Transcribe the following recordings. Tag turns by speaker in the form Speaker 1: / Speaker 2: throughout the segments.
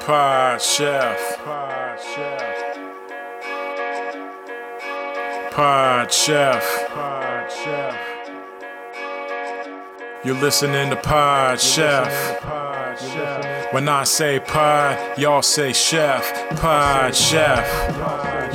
Speaker 1: Pod Chef. Pod Chef. Pod Chef. Pod Chef. You're listening to Pod Chef. Pod Chef. When I say pod, y'all say chef. Pod Chef.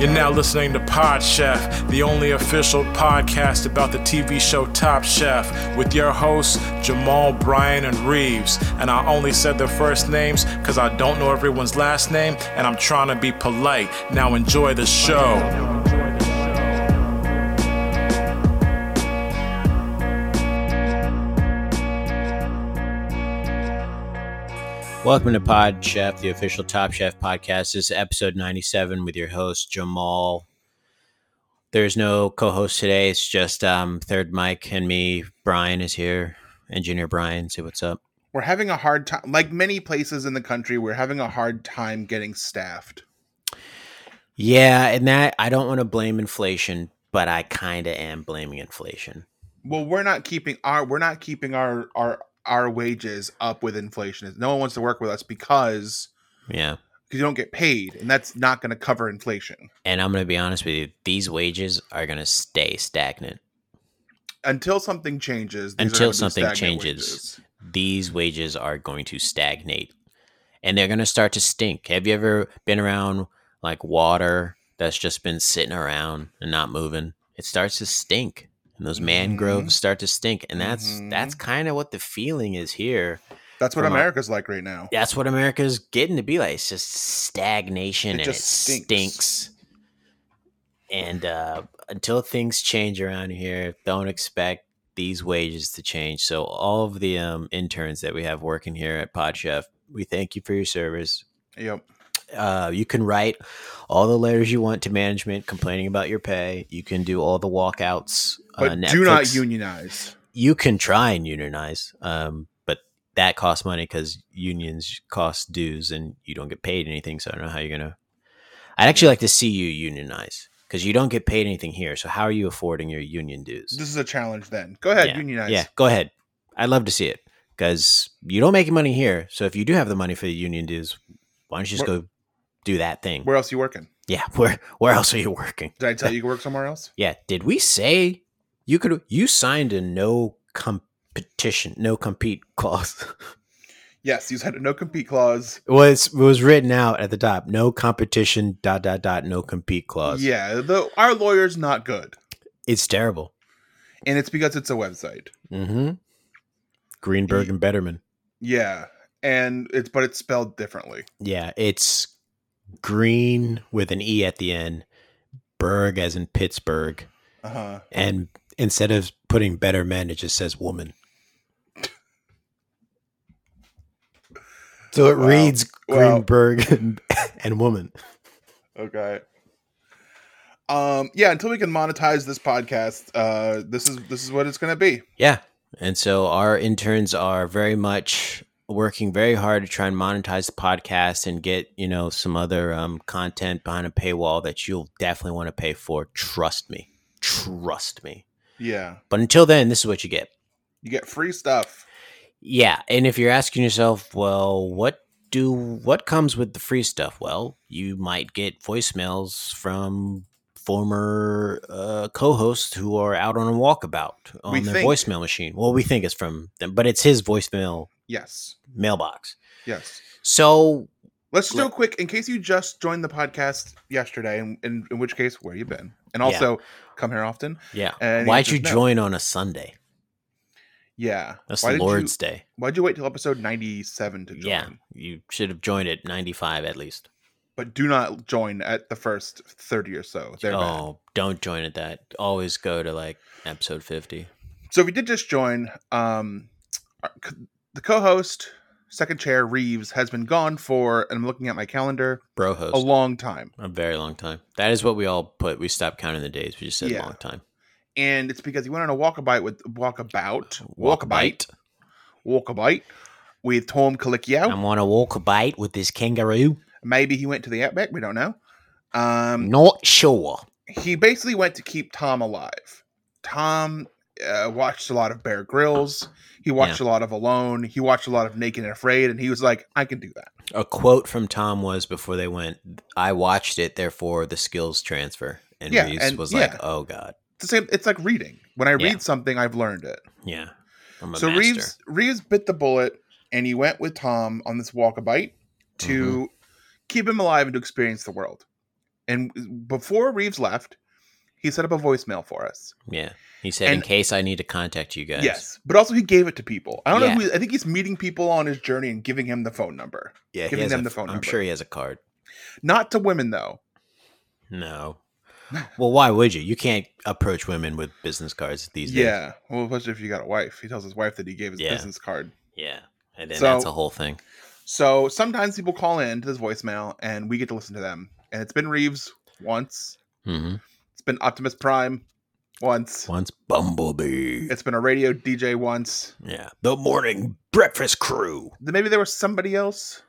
Speaker 1: You're now listening to Pod Chef, the only official podcast about the TV show Top Chef, with your hosts, Jamal, Bryan, and Reeves. And I only said their first names because I don't know everyone's last name, and I'm trying to be polite. Now enjoy the show.
Speaker 2: Welcome to Pod Chef, the official Top Chef podcast. This is episode 97 with your host, Jamal. There's no co host today. It's just um, third Mike and me. Brian is here. Engineer Brian, say what's up.
Speaker 3: we're having a hard time like many places in the country we're having a hard time getting staffed
Speaker 2: Yeah, and that I don't want to blame inflation, but I kind of am blaming inflation.
Speaker 3: well we're not keeping our we're not keeping our our our wages up with inflation no one wants to work with us because
Speaker 2: Yeah.
Speaker 3: because you don't get paid and that's not going to cover inflation
Speaker 2: And I'm going to be honest with you, these wages are going to stay stagnant.
Speaker 3: until something changes these are
Speaker 2: Until
Speaker 3: gonna be
Speaker 2: something
Speaker 3: stagnant
Speaker 2: changes.
Speaker 3: wages.
Speaker 2: these wages are going to stagnate and they're going to start to stink. Have you ever been around like water that's just been sitting around and not moving? It starts to stink. And those
Speaker 3: Mhm.
Speaker 2: mangroves start to stink. And that's
Speaker 3: Mhm.
Speaker 2: that's kind of what the feeling is here.
Speaker 3: that's what
Speaker 2: Vermont.
Speaker 3: america's like right now
Speaker 2: That's what America's getting to be like. It's just stagnation
Speaker 3: It
Speaker 2: and
Speaker 3: just
Speaker 2: it
Speaker 3: stinks.
Speaker 2: stinks. And uh, until things change around here, don't expect these wages to change. So, all of the um, interns that we have working here at PodChef, we thank you for your service.
Speaker 3: yep
Speaker 2: Uh, you can write all the letters you want to management complaining about your pay. You can do all the walkouts.
Speaker 3: but
Speaker 2: uh,
Speaker 3: do not
Speaker 2: Netflix
Speaker 3: unionize
Speaker 2: you can try and unionize, um, but that costs money because unions cost dues and you don't get paid anything. So I don't know how you're gonna. I'd actually like to see you unionize because you don't get paid anything here. So how are you affording your union dues?
Speaker 3: this is a challenge then go ahead
Speaker 2: yeah,
Speaker 3: unionize
Speaker 2: Yeah, go ahead. I'd love to see it because you don't make money here. So if you do have the money for the union dues, why don't you just
Speaker 3: Where-
Speaker 2: go do that thing?
Speaker 3: where else you working
Speaker 2: yeah, where where else are you working?
Speaker 3: did i tell you you work somewhere else
Speaker 2: Yeah. Did we say you could you signed a no competition, no compete clause?
Speaker 3: yes you said a no compete clause
Speaker 2: was was written out at the top. No competition. Dot dot dot. No compete clause.
Speaker 3: yeah the our lawyer's not good
Speaker 2: It's terrible.
Speaker 3: and it's because it's a website
Speaker 2: Mm-hmm. Greenberg and Betterman.
Speaker 3: Yeah, and it's but it's spelled differently.
Speaker 2: Yeah, it's green with an e at the end. Berg as in Pittsburgh,
Speaker 3: Uh huh.
Speaker 2: and instead of putting better men, it just says woman. So it
Speaker 3: Wow.
Speaker 2: reads
Speaker 3: Wow.
Speaker 2: Greenberg and, and woman.
Speaker 3: Okay. Um. Yeah. Until we can monetize this podcast, uh, this is this is what it's gonna be.
Speaker 2: Yeah. And so our interns are very much working very hard to try and monetize the podcast and get, you know, some other um, content behind a paywall that you'll definitely want to pay for. Trust me. Trust me.
Speaker 3: Yeah.
Speaker 2: But until then, this is what you get.
Speaker 3: You get free stuff.
Speaker 2: Yeah. And if you're asking yourself, well, what do what comes with the free stuff? Well, you might get voicemails from former uh, co-hosts who are out on a walkabout on
Speaker 3: We
Speaker 2: their
Speaker 3: think.
Speaker 2: voicemail machine. Well, we think it's from them, but it's his voicemail
Speaker 3: Yes.
Speaker 2: mailbox.
Speaker 3: Yes.
Speaker 2: So
Speaker 3: Let's do a
Speaker 2: Let-
Speaker 3: quick in case you just joined the podcast yesterday, and in, in which case, where you been? And also, come here often.
Speaker 2: yeah,
Speaker 3: And
Speaker 2: why'd
Speaker 3: he
Speaker 2: you
Speaker 3: says no.
Speaker 2: join on a Sunday?
Speaker 3: Yeah.
Speaker 2: That's
Speaker 3: Why
Speaker 2: the
Speaker 3: did you-
Speaker 2: Lord's Day.
Speaker 3: Why'd you wait till episode ninety-seven to join?
Speaker 2: Yeah, you should have joined at ninety five at least.
Speaker 3: But do not join at the first thirty or so. They're bad.
Speaker 2: oh, don't join at that. Always go to like episode fifty.
Speaker 3: So if you did just join, um, our- c- the co-host, second chair Reeves, has been gone for, and I'm looking at my calendar,
Speaker 2: Bro host.
Speaker 3: a long time,
Speaker 2: A very long time. That is what we all put. We stopped counting the days. We just said
Speaker 3: Yeah.
Speaker 2: long time.
Speaker 3: and it's because he went on a walkabout with walkabout, walkabout walk a bite with Tom Kalikio.
Speaker 2: I'm on a walk a bite with this kangaroo.
Speaker 3: Maybe he went to the outback. We don't know. Um,
Speaker 2: Not sure.
Speaker 3: he basically went to keep Tom alive. Tom uh, watched a lot of Bear Grylls. He watched a lot of Alone. He watched a lot of Naked and Afraid, and he was like, "I can do that."
Speaker 2: A quote from Tom was before they went, I watched it, therefore the skills transfer. And
Speaker 3: Yeah,
Speaker 2: Reeves
Speaker 3: and-
Speaker 2: was
Speaker 3: yeah.
Speaker 2: like, oh, God.
Speaker 3: It's the same. It's like reading. When I
Speaker 2: Yeah.
Speaker 3: read something, I've learned it.
Speaker 2: Yeah. I'm a
Speaker 3: so
Speaker 2: master.
Speaker 3: Reeves Reeves bit the bullet, and he went with Tom on this walkabout to
Speaker 2: Mm-hmm.
Speaker 3: keep him alive and to experience the world. And before Reeves left, he set up a voicemail for us.
Speaker 2: Yeah. He said, in
Speaker 3: And-
Speaker 2: case I need to contact you guys.
Speaker 3: Yes, but also he gave it to people. I don't
Speaker 2: Yeah.
Speaker 3: know who. I think he's meeting people on his journey and giving him the phone number.
Speaker 2: Yeah. he
Speaker 3: Giving
Speaker 2: has
Speaker 3: them
Speaker 2: a-
Speaker 3: the phone
Speaker 2: I'm
Speaker 3: number.
Speaker 2: sure he has a card.
Speaker 3: Not to women though.
Speaker 2: No. Well, why would you? You can't approach women with business cards these days.
Speaker 3: Yeah. Well, especially if you got a wife. He tells his wife that he gave his
Speaker 2: Yeah.
Speaker 3: business card.
Speaker 2: Yeah. And then
Speaker 3: So-
Speaker 2: that's a whole thing.
Speaker 3: So sometimes people call in to this voicemail and we get to listen to them. And it's been Reeves once.
Speaker 2: hmm
Speaker 3: It's been Optimus Prime once.
Speaker 2: Once Bumblebee.
Speaker 3: It's been a radio DJ once.
Speaker 2: Yeah. The morning breakfast crew.
Speaker 3: Then Maybe there was somebody else.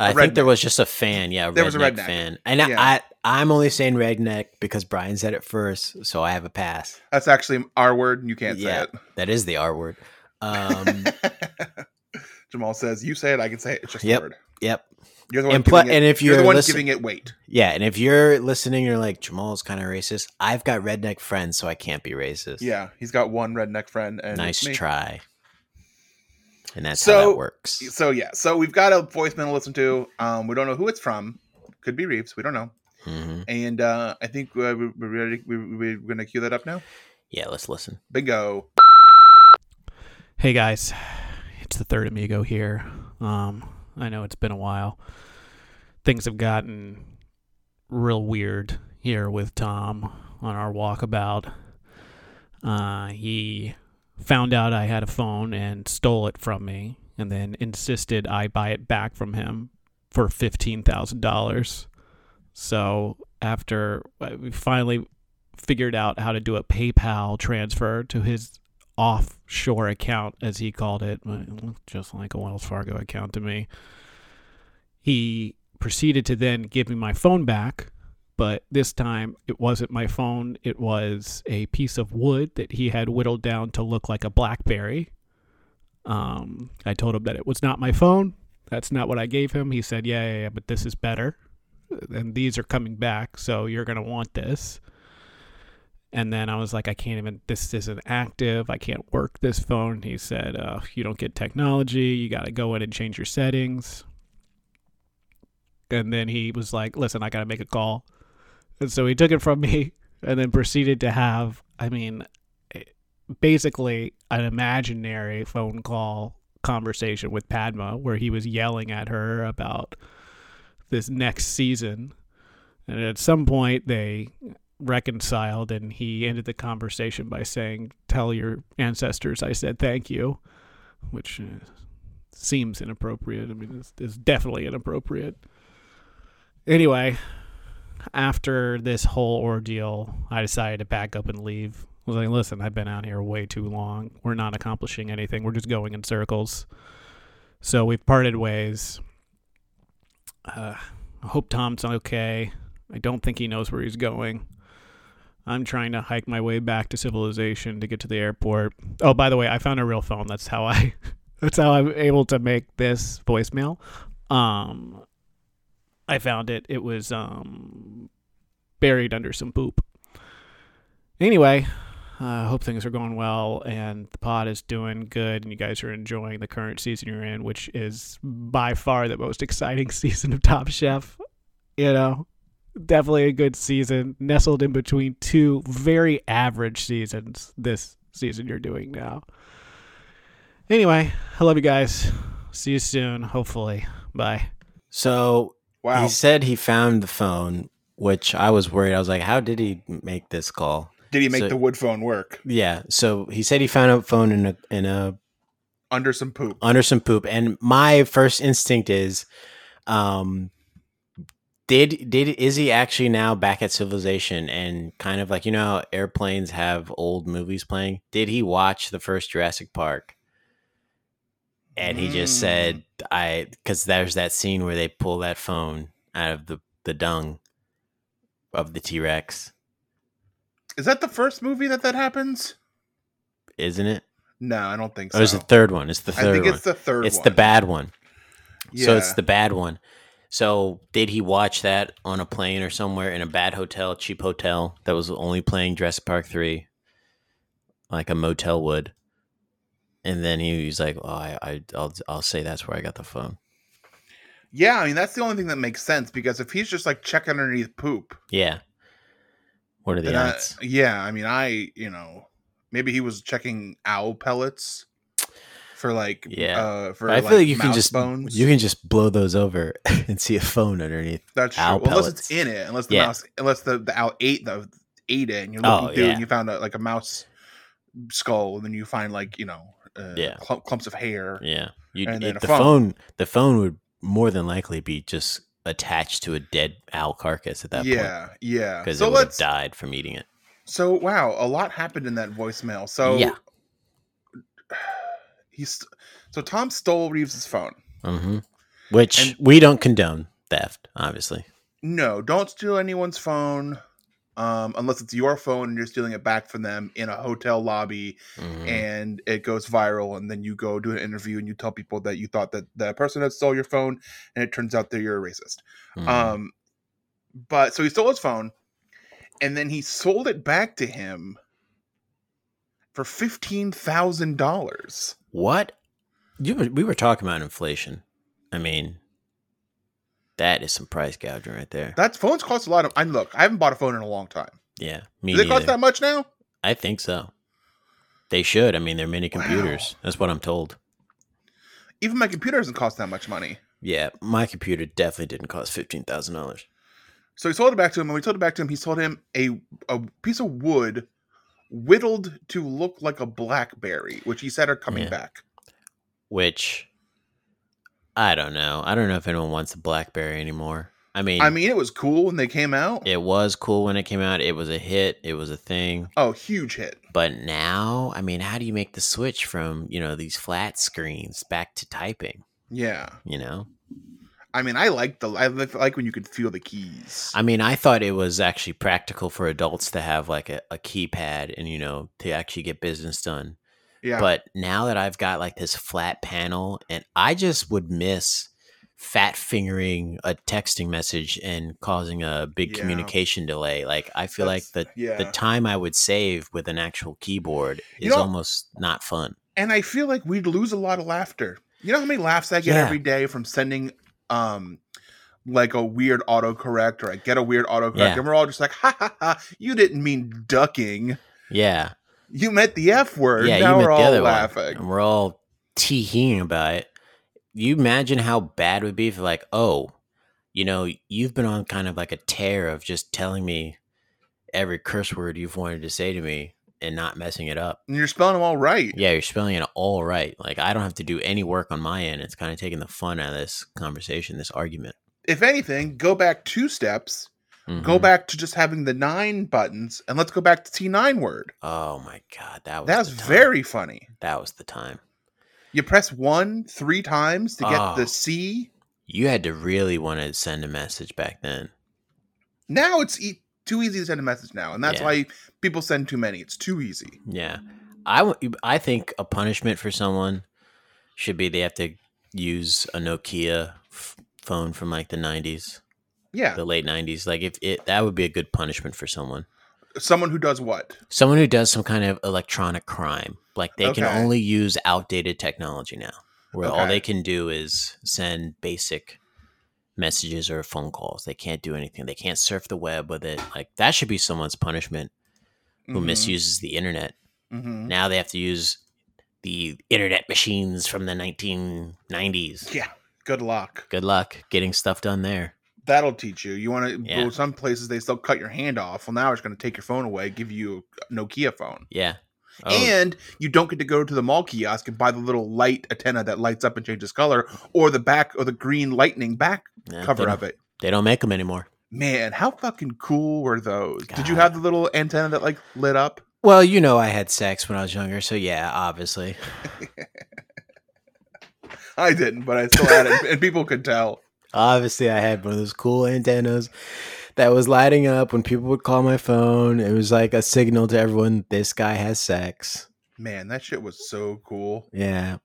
Speaker 2: I
Speaker 3: A
Speaker 2: think there
Speaker 3: redneck.
Speaker 2: was just a fan. Yeah,
Speaker 3: There
Speaker 2: redneck
Speaker 3: was a redneck.
Speaker 2: fan. And
Speaker 3: Yeah.
Speaker 2: I, I, I'm only saying redneck because Brian said it first, so I have a pass.
Speaker 3: That's actually our word and you can't
Speaker 2: Yeah.
Speaker 3: say
Speaker 2: That is the R word. Um,
Speaker 3: it. Jamal says, You say it, I can say it. It's just
Speaker 2: Yep.
Speaker 3: a word.
Speaker 2: yep.
Speaker 3: You're the one,
Speaker 2: And, pl-
Speaker 3: giving, it,
Speaker 2: and if
Speaker 3: you're
Speaker 2: you're,
Speaker 3: the one
Speaker 2: listen-
Speaker 3: giving it weight.
Speaker 2: yeah, and if you're listening, you're like Jamal's kind of racist. I've got redneck friends, so I can't be racist.
Speaker 3: Yeah. He's got one redneck friend and it's
Speaker 2: nice
Speaker 3: me.
Speaker 2: try. And that's how
Speaker 3: So-
Speaker 2: that works.
Speaker 3: So yeah, so we've got a voicemail to listen to. Um, we don't know who it's from. Could be Reeves. We don't know.
Speaker 2: hmm
Speaker 3: And uh, I think uh, we- we're ready. we- We're going to cue that up now.
Speaker 2: Yeah, let's listen.
Speaker 3: Bingo.
Speaker 4: Hey guys, it's the third amigo here. Um, I know it's been a while. Things have gotten real weird here with Tom on our walkabout. Uh, he found out I had a phone and stole it from me, and then insisted I buy it back from him for fifteen thousand dollars. So after uh, we finally figured out how to do a PayPal transfer to his offshore account, as he called it, but it looked just like a Wells Fargo account to me. He proceeded to then give me my phone back, but this time it wasn't my phone. It was a piece of wood that he had whittled down to look like a Blackberry. Um, I told him that it was not my phone. That's not what I gave him. He said, yeah, yeah, yeah, but this is better. And these are coming back, so you're going to want this. And then I was like, I can't even, this isn't active. I can't work this phone. He said, uh, You don't get technology. You got to go in and change your settings. And then he was like, Listen, I got to make a call. And so he took it from me and then proceeded to have, I mean, eh, basically an imaginary phone call conversation with Padma where he was yelling at her about this next season. And at some point, they reconciled and he ended the conversation by saying tell your ancestors i said thank you which uh, seems inappropriate i mean it's, it's definitely inappropriate anyway after this whole ordeal i decided to pack up and leave I was like listen i've been out here way too long we're not accomplishing anything we're just going in circles so we've parted ways uh, i hope tom's okay i don't think he knows where he's going I'm trying to hike my way back to civilization to get to the airport. Oh, by the way, I found a real phone. That's how I that's how I'm able to make this voicemail. Um I found it. It was um buried under some poop. Anyway, I hope things are going well and the pod is doing good and you guys are enjoying the current season you're in, which is by far the most exciting season of Top Chef. You know, definitely a good season, nestled in between two very average seasons this season you're doing now. Anyway, I love you guys. See you soon, hopefully. Bye.
Speaker 2: So
Speaker 3: Wow.
Speaker 2: he said he found the phone, which I was worried. I was like, how did he make this call?
Speaker 3: Did he make
Speaker 2: so-
Speaker 3: the wood phone work
Speaker 2: Yeah. So he said he found a phone in a in a
Speaker 3: under some poop?
Speaker 2: under some poop, and my first instinct is, um, did did is he actually now back at civilization and kind of like you know how airplanes have old movies playing? Did he watch the first Jurassic Park and he just said
Speaker 3: Hmm.
Speaker 2: i because there's that scene where they pull that phone out of the the dung of the t-rex
Speaker 3: Is that the first movie that that happens?
Speaker 2: isn't it
Speaker 3: No, I don't think so.
Speaker 2: or is it the third one it's the
Speaker 3: I
Speaker 2: third
Speaker 3: think
Speaker 2: one
Speaker 3: it's the third
Speaker 2: it's
Speaker 3: one.
Speaker 2: the bad one so it's
Speaker 3: Yeah.
Speaker 2: the bad one so did he watch that on a plane or somewhere in a bad hotel cheap hotel that was only playing jurassic park 3 like a motel would and then he was like oh, I, I, I'll, I'll say that's where i got the phone
Speaker 3: Yeah, I mean that's the only thing that makes sense because if he's just like checking underneath poop,
Speaker 2: yeah what are the
Speaker 3: then I-
Speaker 2: odds
Speaker 3: yeah, I mean I, you know, maybe he was checking owl pellets for like
Speaker 2: Yeah.
Speaker 3: uh for
Speaker 2: But I
Speaker 3: like,
Speaker 2: feel like you can
Speaker 3: mouse
Speaker 2: just
Speaker 3: bones.
Speaker 2: you can just blow those over and see a phone underneath.
Speaker 3: That's true.
Speaker 2: owl
Speaker 3: Well, unless
Speaker 2: pellets.
Speaker 3: it's in it, unless the
Speaker 2: Yeah.
Speaker 3: mouse unless the, the owl ate the ate it and you're
Speaker 2: Oh,
Speaker 3: looking through
Speaker 2: yeah.
Speaker 3: and you found a, like a mouse skull and then you find like, you know, uh,
Speaker 2: Yeah.
Speaker 3: clump- clumps of hair.
Speaker 2: Yeah, you
Speaker 3: And
Speaker 2: it,
Speaker 3: then a
Speaker 2: the
Speaker 3: phone.
Speaker 2: phone. the phone would more than likely be just attached to a dead owl carcass at that point
Speaker 3: yeah, yeah.
Speaker 2: because
Speaker 3: So
Speaker 2: it would have
Speaker 3: let's
Speaker 2: died from eating it.
Speaker 3: So wow, a lot happened in that voicemail. So
Speaker 2: Yeah.
Speaker 3: he's so Tom stole Reeves' phone.
Speaker 2: hmm Which
Speaker 3: And-
Speaker 2: we don't condone theft, obviously.
Speaker 3: No, don't steal anyone's phone. Um, unless it's your phone and you're stealing it back from them in a hotel lobby
Speaker 2: Mhm.
Speaker 3: and it goes viral and then you go do an interview and you tell people that you thought that the person that stole your phone and it turns out that you're a racist.
Speaker 2: Mhm.
Speaker 3: Um, but so he stole his phone, and then he sold it back to him for fifteen thousand dollars.
Speaker 2: what you were, we were talking about inflation. I mean, that is some price gouging right there.
Speaker 3: That phones cost a lot of. I look, I haven't bought a phone in a long time.
Speaker 2: yeah, me
Speaker 3: Does it cost
Speaker 2: neither.
Speaker 3: that much now?
Speaker 2: I think so. They should. I mean, they're mini
Speaker 3: Wow.
Speaker 2: computers. That's what I'm told.
Speaker 3: Even my computer doesn't cost that much money.
Speaker 2: Yeah, my computer definitely didn't cost fifteen thousand dollars.
Speaker 3: So he sold it back to him, and when he sold it back to him, he sold him a a piece of wood whittled to look like a blackberry, which he said are coming
Speaker 2: Yeah.
Speaker 3: back.
Speaker 2: Which I don't know. I don't know if anyone wants a BlackBerry anymore. I mean,
Speaker 3: I mean, it was cool when they came out.
Speaker 2: it was cool when it came out. It was a hit. It was a thing.
Speaker 3: Oh, huge hit.
Speaker 2: But now, I mean, how do you make the switch from you know these flat screens back to typing?
Speaker 3: Yeah.
Speaker 2: You know,
Speaker 3: I mean, I like the I like like when you could feel the keys.
Speaker 2: I mean, I thought it was actually practical for adults to have like a, a keypad and you know to actually get business done.
Speaker 3: yeah,
Speaker 2: But now that I've got like this flat panel, and I just would miss fat fingering a texting message and causing a big
Speaker 3: Yeah.
Speaker 2: communication delay. Like I feel like
Speaker 3: That's-
Speaker 2: the
Speaker 3: yeah.
Speaker 2: the time I would save with an actual keyboard is
Speaker 3: You know-
Speaker 2: almost not fun.
Speaker 3: and I feel like we'd lose a lot of laughter. You know how many laughs I get
Speaker 2: Yeah.
Speaker 3: every day from sending um like a weird autocorrect or I get a weird autocorrect
Speaker 2: Yeah.
Speaker 3: and we're all just like ha ha ha you didn't mean ducking.
Speaker 2: Yeah,
Speaker 3: You meant the F word.
Speaker 2: yeah.
Speaker 3: now
Speaker 2: you
Speaker 3: we're
Speaker 2: met the
Speaker 3: all
Speaker 2: other one,
Speaker 3: laughing.
Speaker 2: and we're all teeing about it. You imagine how bad it would be if like, oh, you know, you've been on kind of like a tear of just telling me every curse word you've wanted to say to me and not messing it up.
Speaker 3: And you're spelling them all right.
Speaker 2: Yeah, you're spelling it all right. Like I don't have to do any work on my end. It's kind of taking the fun out of this conversation, this argument.
Speaker 3: If anything, go back two steps. Go
Speaker 2: Mhm.
Speaker 3: back to just having the nine buttons and let's go back to T nine word.
Speaker 2: Oh my god, that was
Speaker 3: That was
Speaker 2: the time.
Speaker 3: very funny.
Speaker 2: That was the time.
Speaker 3: You press one three times to get
Speaker 2: Oh.
Speaker 3: the C.
Speaker 2: You had to really want to send a message back then.
Speaker 3: Now it's e- too easy to send a message now, and that's
Speaker 2: Yeah.
Speaker 3: why people send too many. It's too easy.
Speaker 2: Yeah, I w- I think a punishment for someone should be they have to use a Nokia f- phone from like the '90s,
Speaker 3: Yeah,
Speaker 2: the late '90s. Like if it that would be a good punishment for someone.
Speaker 3: someone who does what?
Speaker 2: someone who does some kind of electronic crime like they can
Speaker 3: Okay.
Speaker 2: only use outdated technology now where all
Speaker 3: Okay.
Speaker 2: they can do is send basic messages or phone calls they can't do anything they can't surf the web with it like that should be someone's punishment who
Speaker 3: Mm-hmm.
Speaker 2: misuses the internet
Speaker 3: hmm
Speaker 2: now they have to use the internet machines from the 1990s
Speaker 3: Yeah, good luck.
Speaker 2: good luck getting stuff done there
Speaker 3: That'll teach you. You want to
Speaker 2: Yeah.
Speaker 3: go some places they still cut your hand off. Well, now it's going to take your phone away, give you a Nokia phone,
Speaker 2: yeah Oh,
Speaker 3: and you don't get to go to the mall kiosk and buy the little light antenna that lights up and changes color, or the back or the green lightning back
Speaker 2: yeah, they
Speaker 3: cover
Speaker 2: don't-
Speaker 3: of it.
Speaker 2: they don't make them anymore
Speaker 3: Man, how fucking cool were those? Did you
Speaker 2: God.
Speaker 3: have the little antenna that like lit up?
Speaker 2: Well, you know, I had sex when I was younger, so yeah, obviously.
Speaker 3: I didn't, but I still had it, and people could tell.
Speaker 2: Obviously, I had one of those cool antennas that was lighting up when people would call my phone. It was like a signal to everyone this guy has sex.
Speaker 3: Man, that shit was so cool.
Speaker 2: Yeah.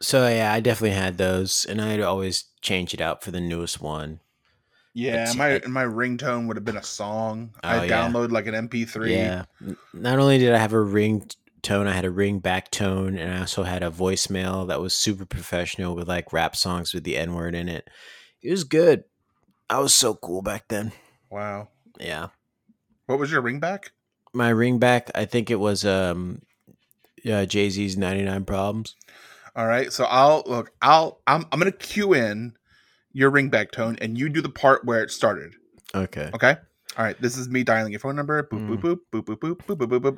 Speaker 2: So, yeah, I definitely had those, and I'd always change it out for the newest one.
Speaker 3: Yeah,
Speaker 2: It's-
Speaker 3: my
Speaker 2: it-
Speaker 3: my ringtone would have been a song.
Speaker 2: Oh,
Speaker 3: I
Speaker 2: yeah.
Speaker 3: download like an MP3.
Speaker 2: Yeah. N- Not only did I have a ring t- tone, I had a ring back tone, and I also had a voicemail that was super professional with like rap songs with the N word in it. It was good. I was so cool back then.
Speaker 3: Wow.
Speaker 2: Yeah.
Speaker 3: What was your ringback?
Speaker 2: My ring back, I think it was um yeah, Jay Z's 99 Problems.
Speaker 3: All right. So I'll look. I'll I'm I'm gonna cue in your ringback tone, and you do the part where it started.
Speaker 2: Okay.
Speaker 3: Okay. All right. This is me dialing your phone number. Boop
Speaker 2: Mm.
Speaker 3: boop boop boop boop boop boop boop boop. boop.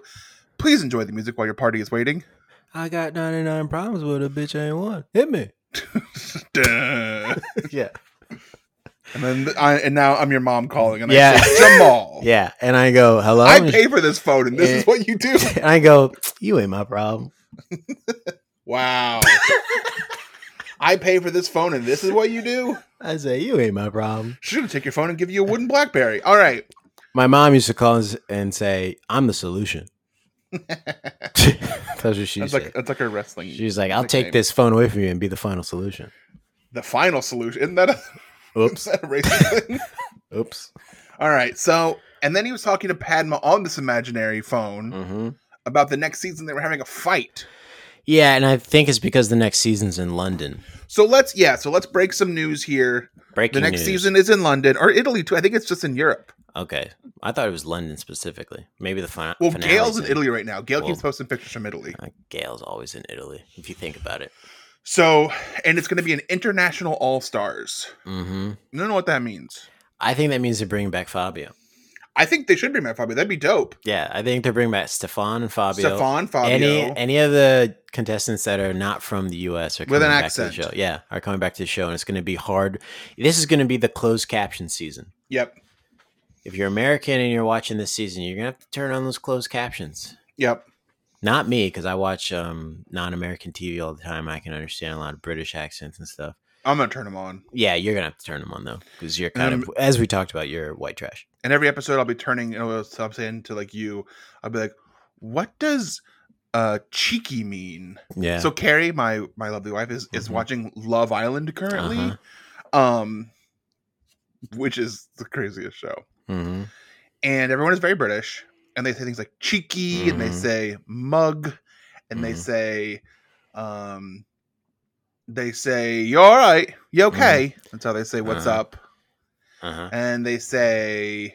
Speaker 3: Please enjoy the music while your party is waiting.
Speaker 2: I got 99 problems with a bitch I ain't one. Hit me.
Speaker 3: Duh.
Speaker 2: yeah.
Speaker 3: and then th- I, and now I'm your mom calling, and
Speaker 2: Yeah.
Speaker 3: I say, Jamal.
Speaker 2: Yeah. And I go, hello?
Speaker 3: I
Speaker 2: And
Speaker 3: pay for this phone, and this
Speaker 2: Yeah.
Speaker 3: is what you do.
Speaker 2: she- and I go, you ain't my problem.
Speaker 3: Wow. I pay for this phone, and this is what you do.
Speaker 2: I say, you ain't my problem.
Speaker 3: She's gonna take your phone and give you a wooden BlackBerry. All right.
Speaker 2: My mom used to call us and say, "I'm the solution." That's what she
Speaker 3: That's
Speaker 2: said.
Speaker 3: like that's like her wrestling.
Speaker 2: She's like, "I'll take
Speaker 3: nickname.
Speaker 2: this phone away from you and be the final solution."
Speaker 3: The final solution. Isn't that a, is
Speaker 2: Oops,
Speaker 3: that a racist thing?
Speaker 2: oops.
Speaker 3: All right. So, and then he was talking to Padma on this imaginary phone
Speaker 2: hmm
Speaker 3: about the next season they were having a fight.
Speaker 2: Yeah, and I think it's because the next season's in London.
Speaker 3: So let's yeah. So let's break some news here.
Speaker 2: Breaking
Speaker 3: The next
Speaker 2: news.
Speaker 3: season is in London or Italy too. I think it's just in Europe.
Speaker 2: Okay, I thought it was London specifically. Maybe the final.
Speaker 3: Well, Gail's in Italy right now. Gail keeps
Speaker 2: Well-
Speaker 3: posting pictures from Italy.
Speaker 2: Gail's always in Italy. If you think about it.
Speaker 3: So, and it's going to be an international All Stars.
Speaker 2: hmm
Speaker 3: I don't know what that means.
Speaker 2: I think that means they're bringing back Fabio.
Speaker 3: I think they should be Matt Fabio. That'd be dope.
Speaker 2: Yeah, I think they're bringing back Stefan and Fabio.
Speaker 3: Stefan Fabio.
Speaker 2: Any any of the contestants that are not from the U.S. are coming
Speaker 3: With an
Speaker 2: back
Speaker 3: accent.
Speaker 2: to the show. Yeah, are coming back to the show, and it's going to be hard. This is going to be the closed caption season.
Speaker 3: yep.
Speaker 2: If you're American and you're watching this season, you're going to have to turn on those closed captions.
Speaker 3: Yep.
Speaker 2: Not me, because I watch um, non-American TV all the time. I can understand a lot of British accents and stuff.
Speaker 3: I'm going to turn them on.
Speaker 2: Yeah, you're going to have to turn them on though, because you're
Speaker 3: And
Speaker 2: kind of, as we talked about, you're white trash.
Speaker 3: and every episode I'll be turning you know so I'm saying to like you, I'll be like, what does uh cheeky mean?
Speaker 2: Yeah.
Speaker 3: So Carrie, my my lovely wife, is is
Speaker 2: Mhm.
Speaker 3: watching Love Island currently.
Speaker 2: Uh-huh.
Speaker 3: Um which is the craziest show.
Speaker 2: hmm
Speaker 3: And everyone is very British. And they say things like cheeky and they
Speaker 2: Mhm.
Speaker 3: say mug and they
Speaker 2: Mhm.
Speaker 3: say um they say, You alright, you okay. That's how they say what's
Speaker 2: Uh-huh.
Speaker 3: up.
Speaker 2: Uh-huh.
Speaker 3: And they say,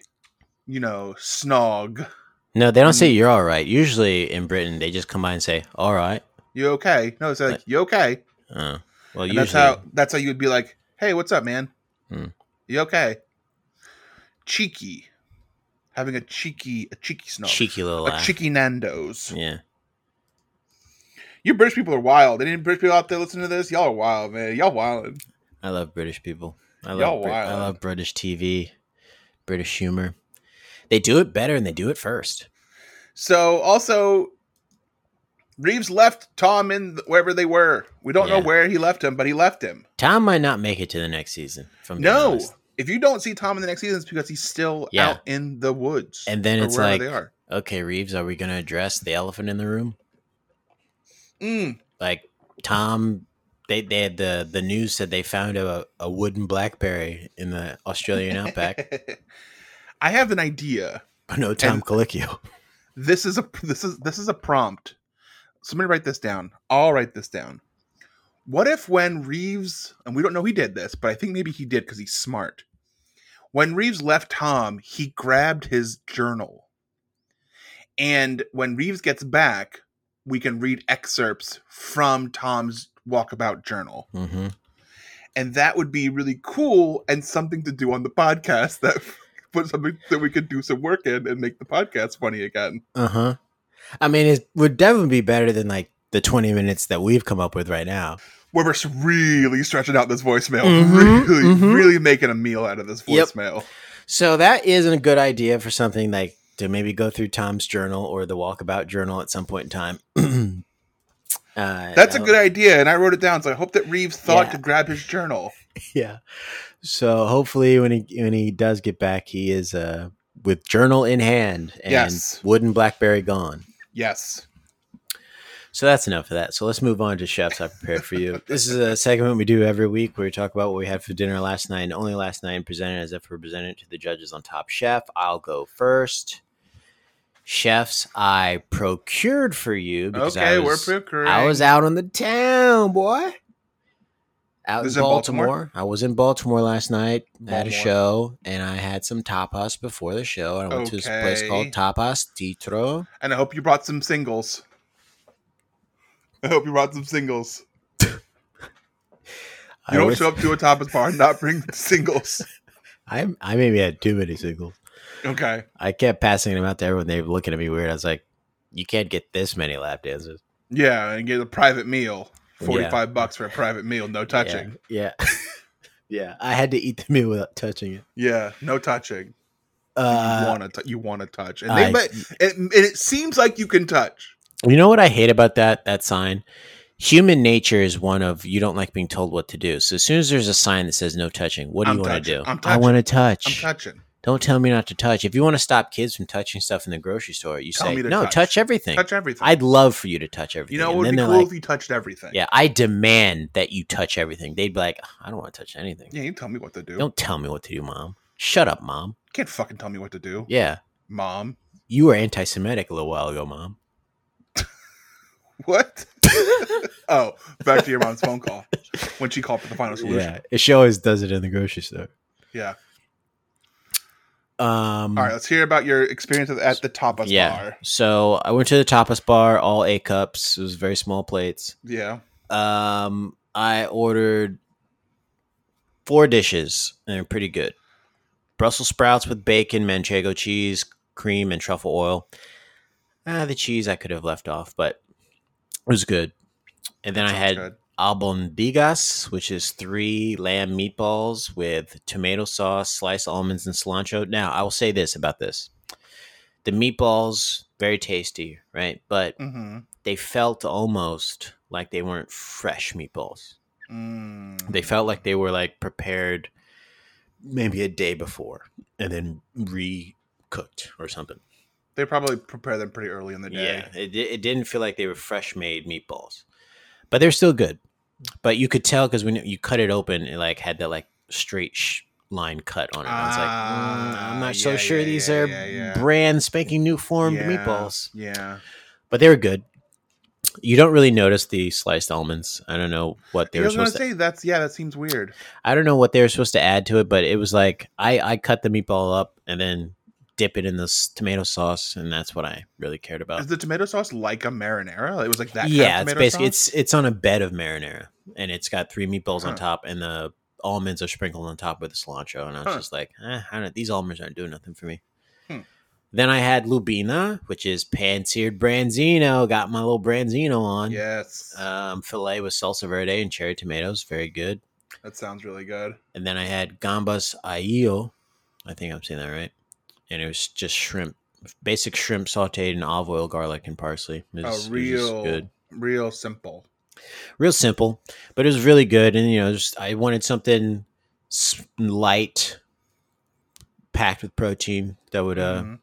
Speaker 3: you know, snog.
Speaker 2: No, they don't say you're all right. Usually in Britain, they just come by and say all right.
Speaker 3: you okay? No, it's like you okay.
Speaker 2: Uh, well,
Speaker 3: And
Speaker 2: usually
Speaker 3: that's how that's how you'd be like, hey, what's up, man?
Speaker 2: Hmm.
Speaker 3: You okay? Cheeky, having a cheeky, a cheeky snog,
Speaker 2: cheeky little
Speaker 3: a
Speaker 2: laugh.
Speaker 3: cheeky Nando's.
Speaker 2: yeah.
Speaker 3: You British people are wild. Any British people out there listening to this? Y'all are wild, man. Y'all wild.
Speaker 2: I love British people. I
Speaker 3: Y'all
Speaker 2: love Brit- I
Speaker 3: wild.
Speaker 2: love British TV, British humor. They do it better and they do it first.
Speaker 3: So also, Reeves left Tom in th- wherever they were. We don't know
Speaker 2: Yeah.
Speaker 3: where he left him, but he left him.
Speaker 2: Tom might not make it to the next season. From
Speaker 3: no. If you don't see Tom in the next season, it's because he's still
Speaker 2: Yeah.
Speaker 3: out in the woods.
Speaker 2: And then
Speaker 3: or
Speaker 2: it's
Speaker 3: wherever
Speaker 2: like-
Speaker 3: they are.
Speaker 2: Okay, Reeves, are we going to address the elephant in the room?
Speaker 3: Mm,
Speaker 2: Like Tom, they they had the the news said they found a, a wooden blackberry in the Australian outback,
Speaker 3: I have an idea.
Speaker 2: but no Tom
Speaker 3: And-
Speaker 2: Colicchio.
Speaker 3: This is a this is this is a prompt. Somebody write this down. I'll write this down. What if when Reeves and we don't know he did this, but I think maybe he did because he's smart. When Reeves left Tom, he grabbed his journal. And when Reeves gets back, we can read excerpts from Tom's walkabout journal.
Speaker 2: hmm
Speaker 3: And that would be really cool and something to do on the podcast that but something that we could do some work in and make the podcast funny again.
Speaker 2: Uh huh. I mean, it would definitely be better than like the twenty minutes that we've come up with right now.
Speaker 3: where we're s- really stretching out this voicemail,
Speaker 2: Mhm,
Speaker 3: really,
Speaker 2: mhm.
Speaker 3: really making a meal out of this
Speaker 2: Yep.
Speaker 3: voicemail.
Speaker 2: So that is a good idea for something like to maybe go through Tom's journal or the walkabout journal at some point in time. Uh,
Speaker 3: That's a
Speaker 2: I'll-
Speaker 3: good idea, and I wrote it down. So I hope that Reeves thought
Speaker 2: Yeah.
Speaker 3: to grab his journal.
Speaker 2: yeah. So hopefully, when he when he does get back, he is uh with journal in hand and
Speaker 3: Yes.
Speaker 2: wooden blackberry gone.
Speaker 3: Yes.
Speaker 2: So that's enough of that. So let's move on to chefs I prepared for you. this is a segment we do every week where we talk about what we had for dinner last night and only last night, and presented as if we're presenting it to the judges on Top Chef. I'll go first. Chefs I procured for you because
Speaker 3: Okay,
Speaker 2: I
Speaker 3: we're
Speaker 2: was,
Speaker 3: procuring.
Speaker 2: I was out on the town, boy. Out in
Speaker 3: This is in
Speaker 2: Baltimore.
Speaker 3: Baltimore?
Speaker 2: I was in Baltimore last night at a
Speaker 3: Baltimore.
Speaker 2: show, and I had some tapas before the show. I went to this place called
Speaker 3: Okay.
Speaker 2: Tapas Titro.
Speaker 3: and I hope you brought some singles. I hope you brought some singles.
Speaker 2: I,
Speaker 3: You don't
Speaker 2: was-
Speaker 3: show up to a tapas bar and not bring singles.
Speaker 2: I, I maybe had too many singles.
Speaker 3: Okay.
Speaker 2: I kept passing them out to everyone. They were looking at me weird. I was like, you can't get this many lap dances.
Speaker 3: Yeah, and get a private meal.
Speaker 2: Yeah.
Speaker 3: Forty-five bucks for a private meal, no touching.
Speaker 2: Yeah. Yeah. yeah. I had to eat the meal without touching it.
Speaker 3: Yeah, no touching. you
Speaker 2: Uh,
Speaker 3: want to? You want to touch? And they,
Speaker 2: I-
Speaker 3: but it, and it seems like you can touch.
Speaker 2: You know what I hate about that that sign? Human nature is one of you don't like being told what to do. So as soon as there's a sign that says no touching, what do
Speaker 3: I'm
Speaker 2: you want to
Speaker 3: touching.
Speaker 2: do?
Speaker 3: I'm
Speaker 2: I
Speaker 3: touching.
Speaker 2: want to
Speaker 3: I'm
Speaker 2: touch.
Speaker 3: touching.
Speaker 2: don't tell me not to touch. If you want to stop kids from touching stuff in the grocery store, you
Speaker 3: Tell
Speaker 2: say
Speaker 3: me to
Speaker 2: no, touch,
Speaker 3: touch.
Speaker 2: everything.
Speaker 3: Touch everything.
Speaker 2: I'd love for you to touch everything.
Speaker 3: you know, it
Speaker 2: And
Speaker 3: would
Speaker 2: then
Speaker 3: be
Speaker 2: they're
Speaker 3: cool
Speaker 2: like,
Speaker 3: if you touched everything.
Speaker 2: yeah, I demand that you touch everything. They'd be like, I don't want to touch anything.
Speaker 3: Yeah, you tell me what to do.
Speaker 2: Don't tell me what to do, mom. Shut up, mom.
Speaker 3: You can't fucking tell me what to do,
Speaker 2: Yeah,
Speaker 3: mom.
Speaker 2: you were anti-Semitic a little while ago, mom.
Speaker 3: What? oh, back to your mom's phone call when she called for the final solution.
Speaker 2: she always does it in the grocery store.
Speaker 3: Yeah.
Speaker 2: Mm-hmm. Um,
Speaker 3: All right, let's hear about your experience at- at the tapas
Speaker 2: yeah.
Speaker 3: bar.
Speaker 2: So I went to the tapas bar, all A cups. It was very small plates.
Speaker 3: Yeah.
Speaker 2: Um, I ordered four dishes, and they're pretty good. Brussels sprouts with bacon, manchego cheese, cream, and truffle oil. Ah, the cheese I could have left off, but it was good. And then I
Speaker 3: Sounds
Speaker 2: had
Speaker 3: good.
Speaker 2: albondigas, which is three lamb meatballs with tomato sauce, sliced almonds, and cilantro. Now, I will say this about this the meatballs, very tasty, right? But
Speaker 3: Mhm.
Speaker 2: they felt almost like they weren't fresh meatballs.
Speaker 3: Mm.
Speaker 2: They felt like they were like prepared maybe a day before and then re cooked or something.
Speaker 3: They probably prepare them pretty early in the day.
Speaker 2: Yeah, it, di- it didn't feel like they were fresh made meatballs, but they're still good. But you could tell because when you cut it open, it like had that like straight sh- line cut on it. I was like, "Mm, I'm
Speaker 3: Ah,
Speaker 2: not so
Speaker 3: yeah,
Speaker 2: sure
Speaker 3: yeah,
Speaker 2: these
Speaker 3: yeah,
Speaker 2: are
Speaker 3: yeah, yeah.
Speaker 2: brand spanking new formed
Speaker 3: Yeah,
Speaker 2: meatballs,
Speaker 3: Yeah.
Speaker 2: but they were good. You don't really notice the sliced almonds. I don't know what they
Speaker 3: I
Speaker 2: were
Speaker 3: was gonna
Speaker 2: supposed to.
Speaker 3: say that's yeah, that seems weird.
Speaker 2: I don't know what they were supposed to add to it, but it was like I I cut the meatball up and then dip it in this tomato sauce, and that's what I really cared about.
Speaker 3: Is the tomato sauce like a marinara? It was like that. kind of
Speaker 2: Uh. yeah, it's
Speaker 3: tomato
Speaker 2: basically
Speaker 3: sauce?
Speaker 2: it's it's on a bed of marinara, and it's got three meatballs on
Speaker 3: Huh.
Speaker 2: top, and the almonds are sprinkled on top with the cilantro. And I was
Speaker 3: Huh.
Speaker 2: just like, eh, I don't. These almonds aren't doing nothing for me.
Speaker 3: Hmm.
Speaker 2: Then I had lubina, which is pan-seared branzino. Got my little branzino on.
Speaker 3: yes.
Speaker 2: Um, filet with salsa verde and cherry tomatoes, very good.
Speaker 3: that sounds really good.
Speaker 2: And then I had gambas aillo. I think I'm saying that right. And it was just shrimp, basic shrimp sautéed in olive oil, garlic, and parsley. It was-
Speaker 3: a
Speaker 2: it was just
Speaker 3: real,
Speaker 2: good.
Speaker 3: real simple.
Speaker 2: real simple, but it was really good. And you know, just I wanted something s- light, packed with protein that would uh,
Speaker 3: Mhm.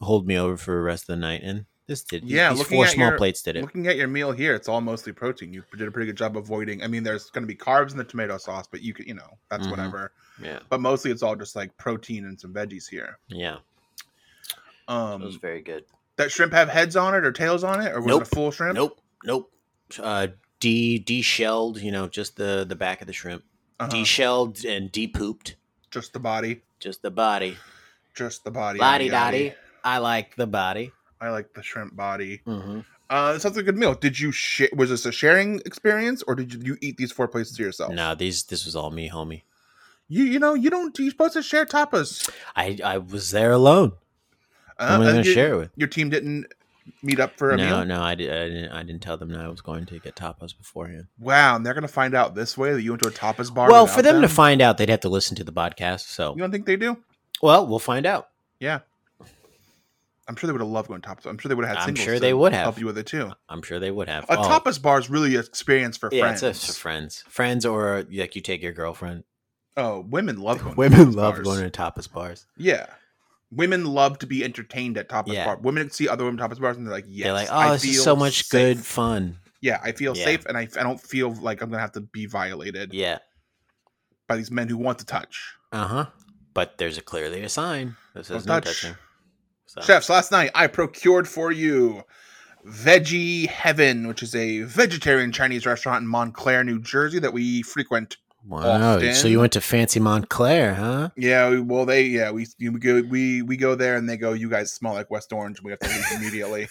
Speaker 2: hold me over for the rest of the night. And this did. these-
Speaker 3: Yeah,
Speaker 2: these
Speaker 3: looking
Speaker 2: four
Speaker 3: at
Speaker 2: small
Speaker 3: your-
Speaker 2: plates did it.
Speaker 3: Looking at your meal here, it's all mostly protein. You did a pretty good job avoiding. I mean, there's going to be carbs in the tomato sauce, but you could, you know, that's
Speaker 2: Mhm.
Speaker 3: whatever.
Speaker 2: yeah,
Speaker 3: But mostly, it's all just like protein and some veggies here.
Speaker 2: yeah, it was
Speaker 3: Um,
Speaker 2: very good.
Speaker 3: that shrimp have heads on it or tails on it, or was
Speaker 2: Nope.
Speaker 3: it a full shrimp?
Speaker 2: Nope, nope. Uh, de deshelled, you know, just the the back of the shrimp,
Speaker 3: Uh-huh.
Speaker 2: deshelled and depooped,
Speaker 3: Just the body.
Speaker 2: just the body.
Speaker 3: Just the body.
Speaker 2: Body
Speaker 3: Body,
Speaker 2: dotty. I like the body.
Speaker 3: I like the shrimp body.
Speaker 2: hmm
Speaker 3: Uh, it sounds like a good meal. Did you sh- was this a sharing experience, or did you, you eat these four places to yourself?
Speaker 2: No, these this was all me, homie.
Speaker 3: You you know you don't you're supposed to share tapas.
Speaker 2: I I was there alone.
Speaker 3: Uh,
Speaker 2: Who am I
Speaker 3: uh,
Speaker 2: gonna
Speaker 3: you-
Speaker 2: share it with?
Speaker 3: Your team didn't meet up for a
Speaker 2: no,
Speaker 3: meal.
Speaker 2: no, I, did, I didn't. I didn't tell them that I was going to get tapas beforehand.
Speaker 3: Wow, and they're gonna find out this way that you went to a tapas bar.
Speaker 2: Well,
Speaker 3: without
Speaker 2: for them, to find out, they'd have to listen to the podcast. So,
Speaker 3: you don't think they do?
Speaker 2: well, we'll find out.
Speaker 3: Yeah. I'm sure they would have loved going tapas. I'm sure they would have had.
Speaker 2: I'm
Speaker 3: singles
Speaker 2: sure
Speaker 3: to
Speaker 2: they would have.
Speaker 3: help you with it too.
Speaker 2: I'm sure they would have.
Speaker 3: A
Speaker 2: Oh,
Speaker 3: tapas bar is really an experience for
Speaker 2: yeah,
Speaker 3: friends.
Speaker 2: it's a, for friends, friends, or like you take your girlfriend.
Speaker 3: oh, women love going. to
Speaker 2: Women
Speaker 3: tapas
Speaker 2: love
Speaker 3: bars.
Speaker 2: going to tapas bars.
Speaker 3: Yeah. Women love to be entertained at tapas
Speaker 2: Yeah.
Speaker 3: bar. Women see other women at tapas bars and they're like, yes.
Speaker 2: They're like,
Speaker 3: I
Speaker 2: oh, this is
Speaker 3: feel
Speaker 2: so much
Speaker 3: safe."
Speaker 2: good fun.
Speaker 3: Yeah, I feel
Speaker 2: Yeah.
Speaker 3: safe and I, I don't feel like I'm going to have to be violated
Speaker 2: Yeah.
Speaker 3: by these men who want to touch.
Speaker 2: Uh huh. But there's a clearly a sign that says no
Speaker 3: Don't touch.
Speaker 2: touching. So,
Speaker 3: Chefs, last night I procured for you Veggie Heaven, which is a vegetarian Chinese restaurant in Montclair, New Jersey that we frequent.
Speaker 2: wow. So you
Speaker 3: often-
Speaker 2: went to fancy Montclair, huh?
Speaker 3: Yeah, we- well, they, yeah, we, you- we, go, we, we go there and they go, you guys smell like West Orange. We have to leave immediately.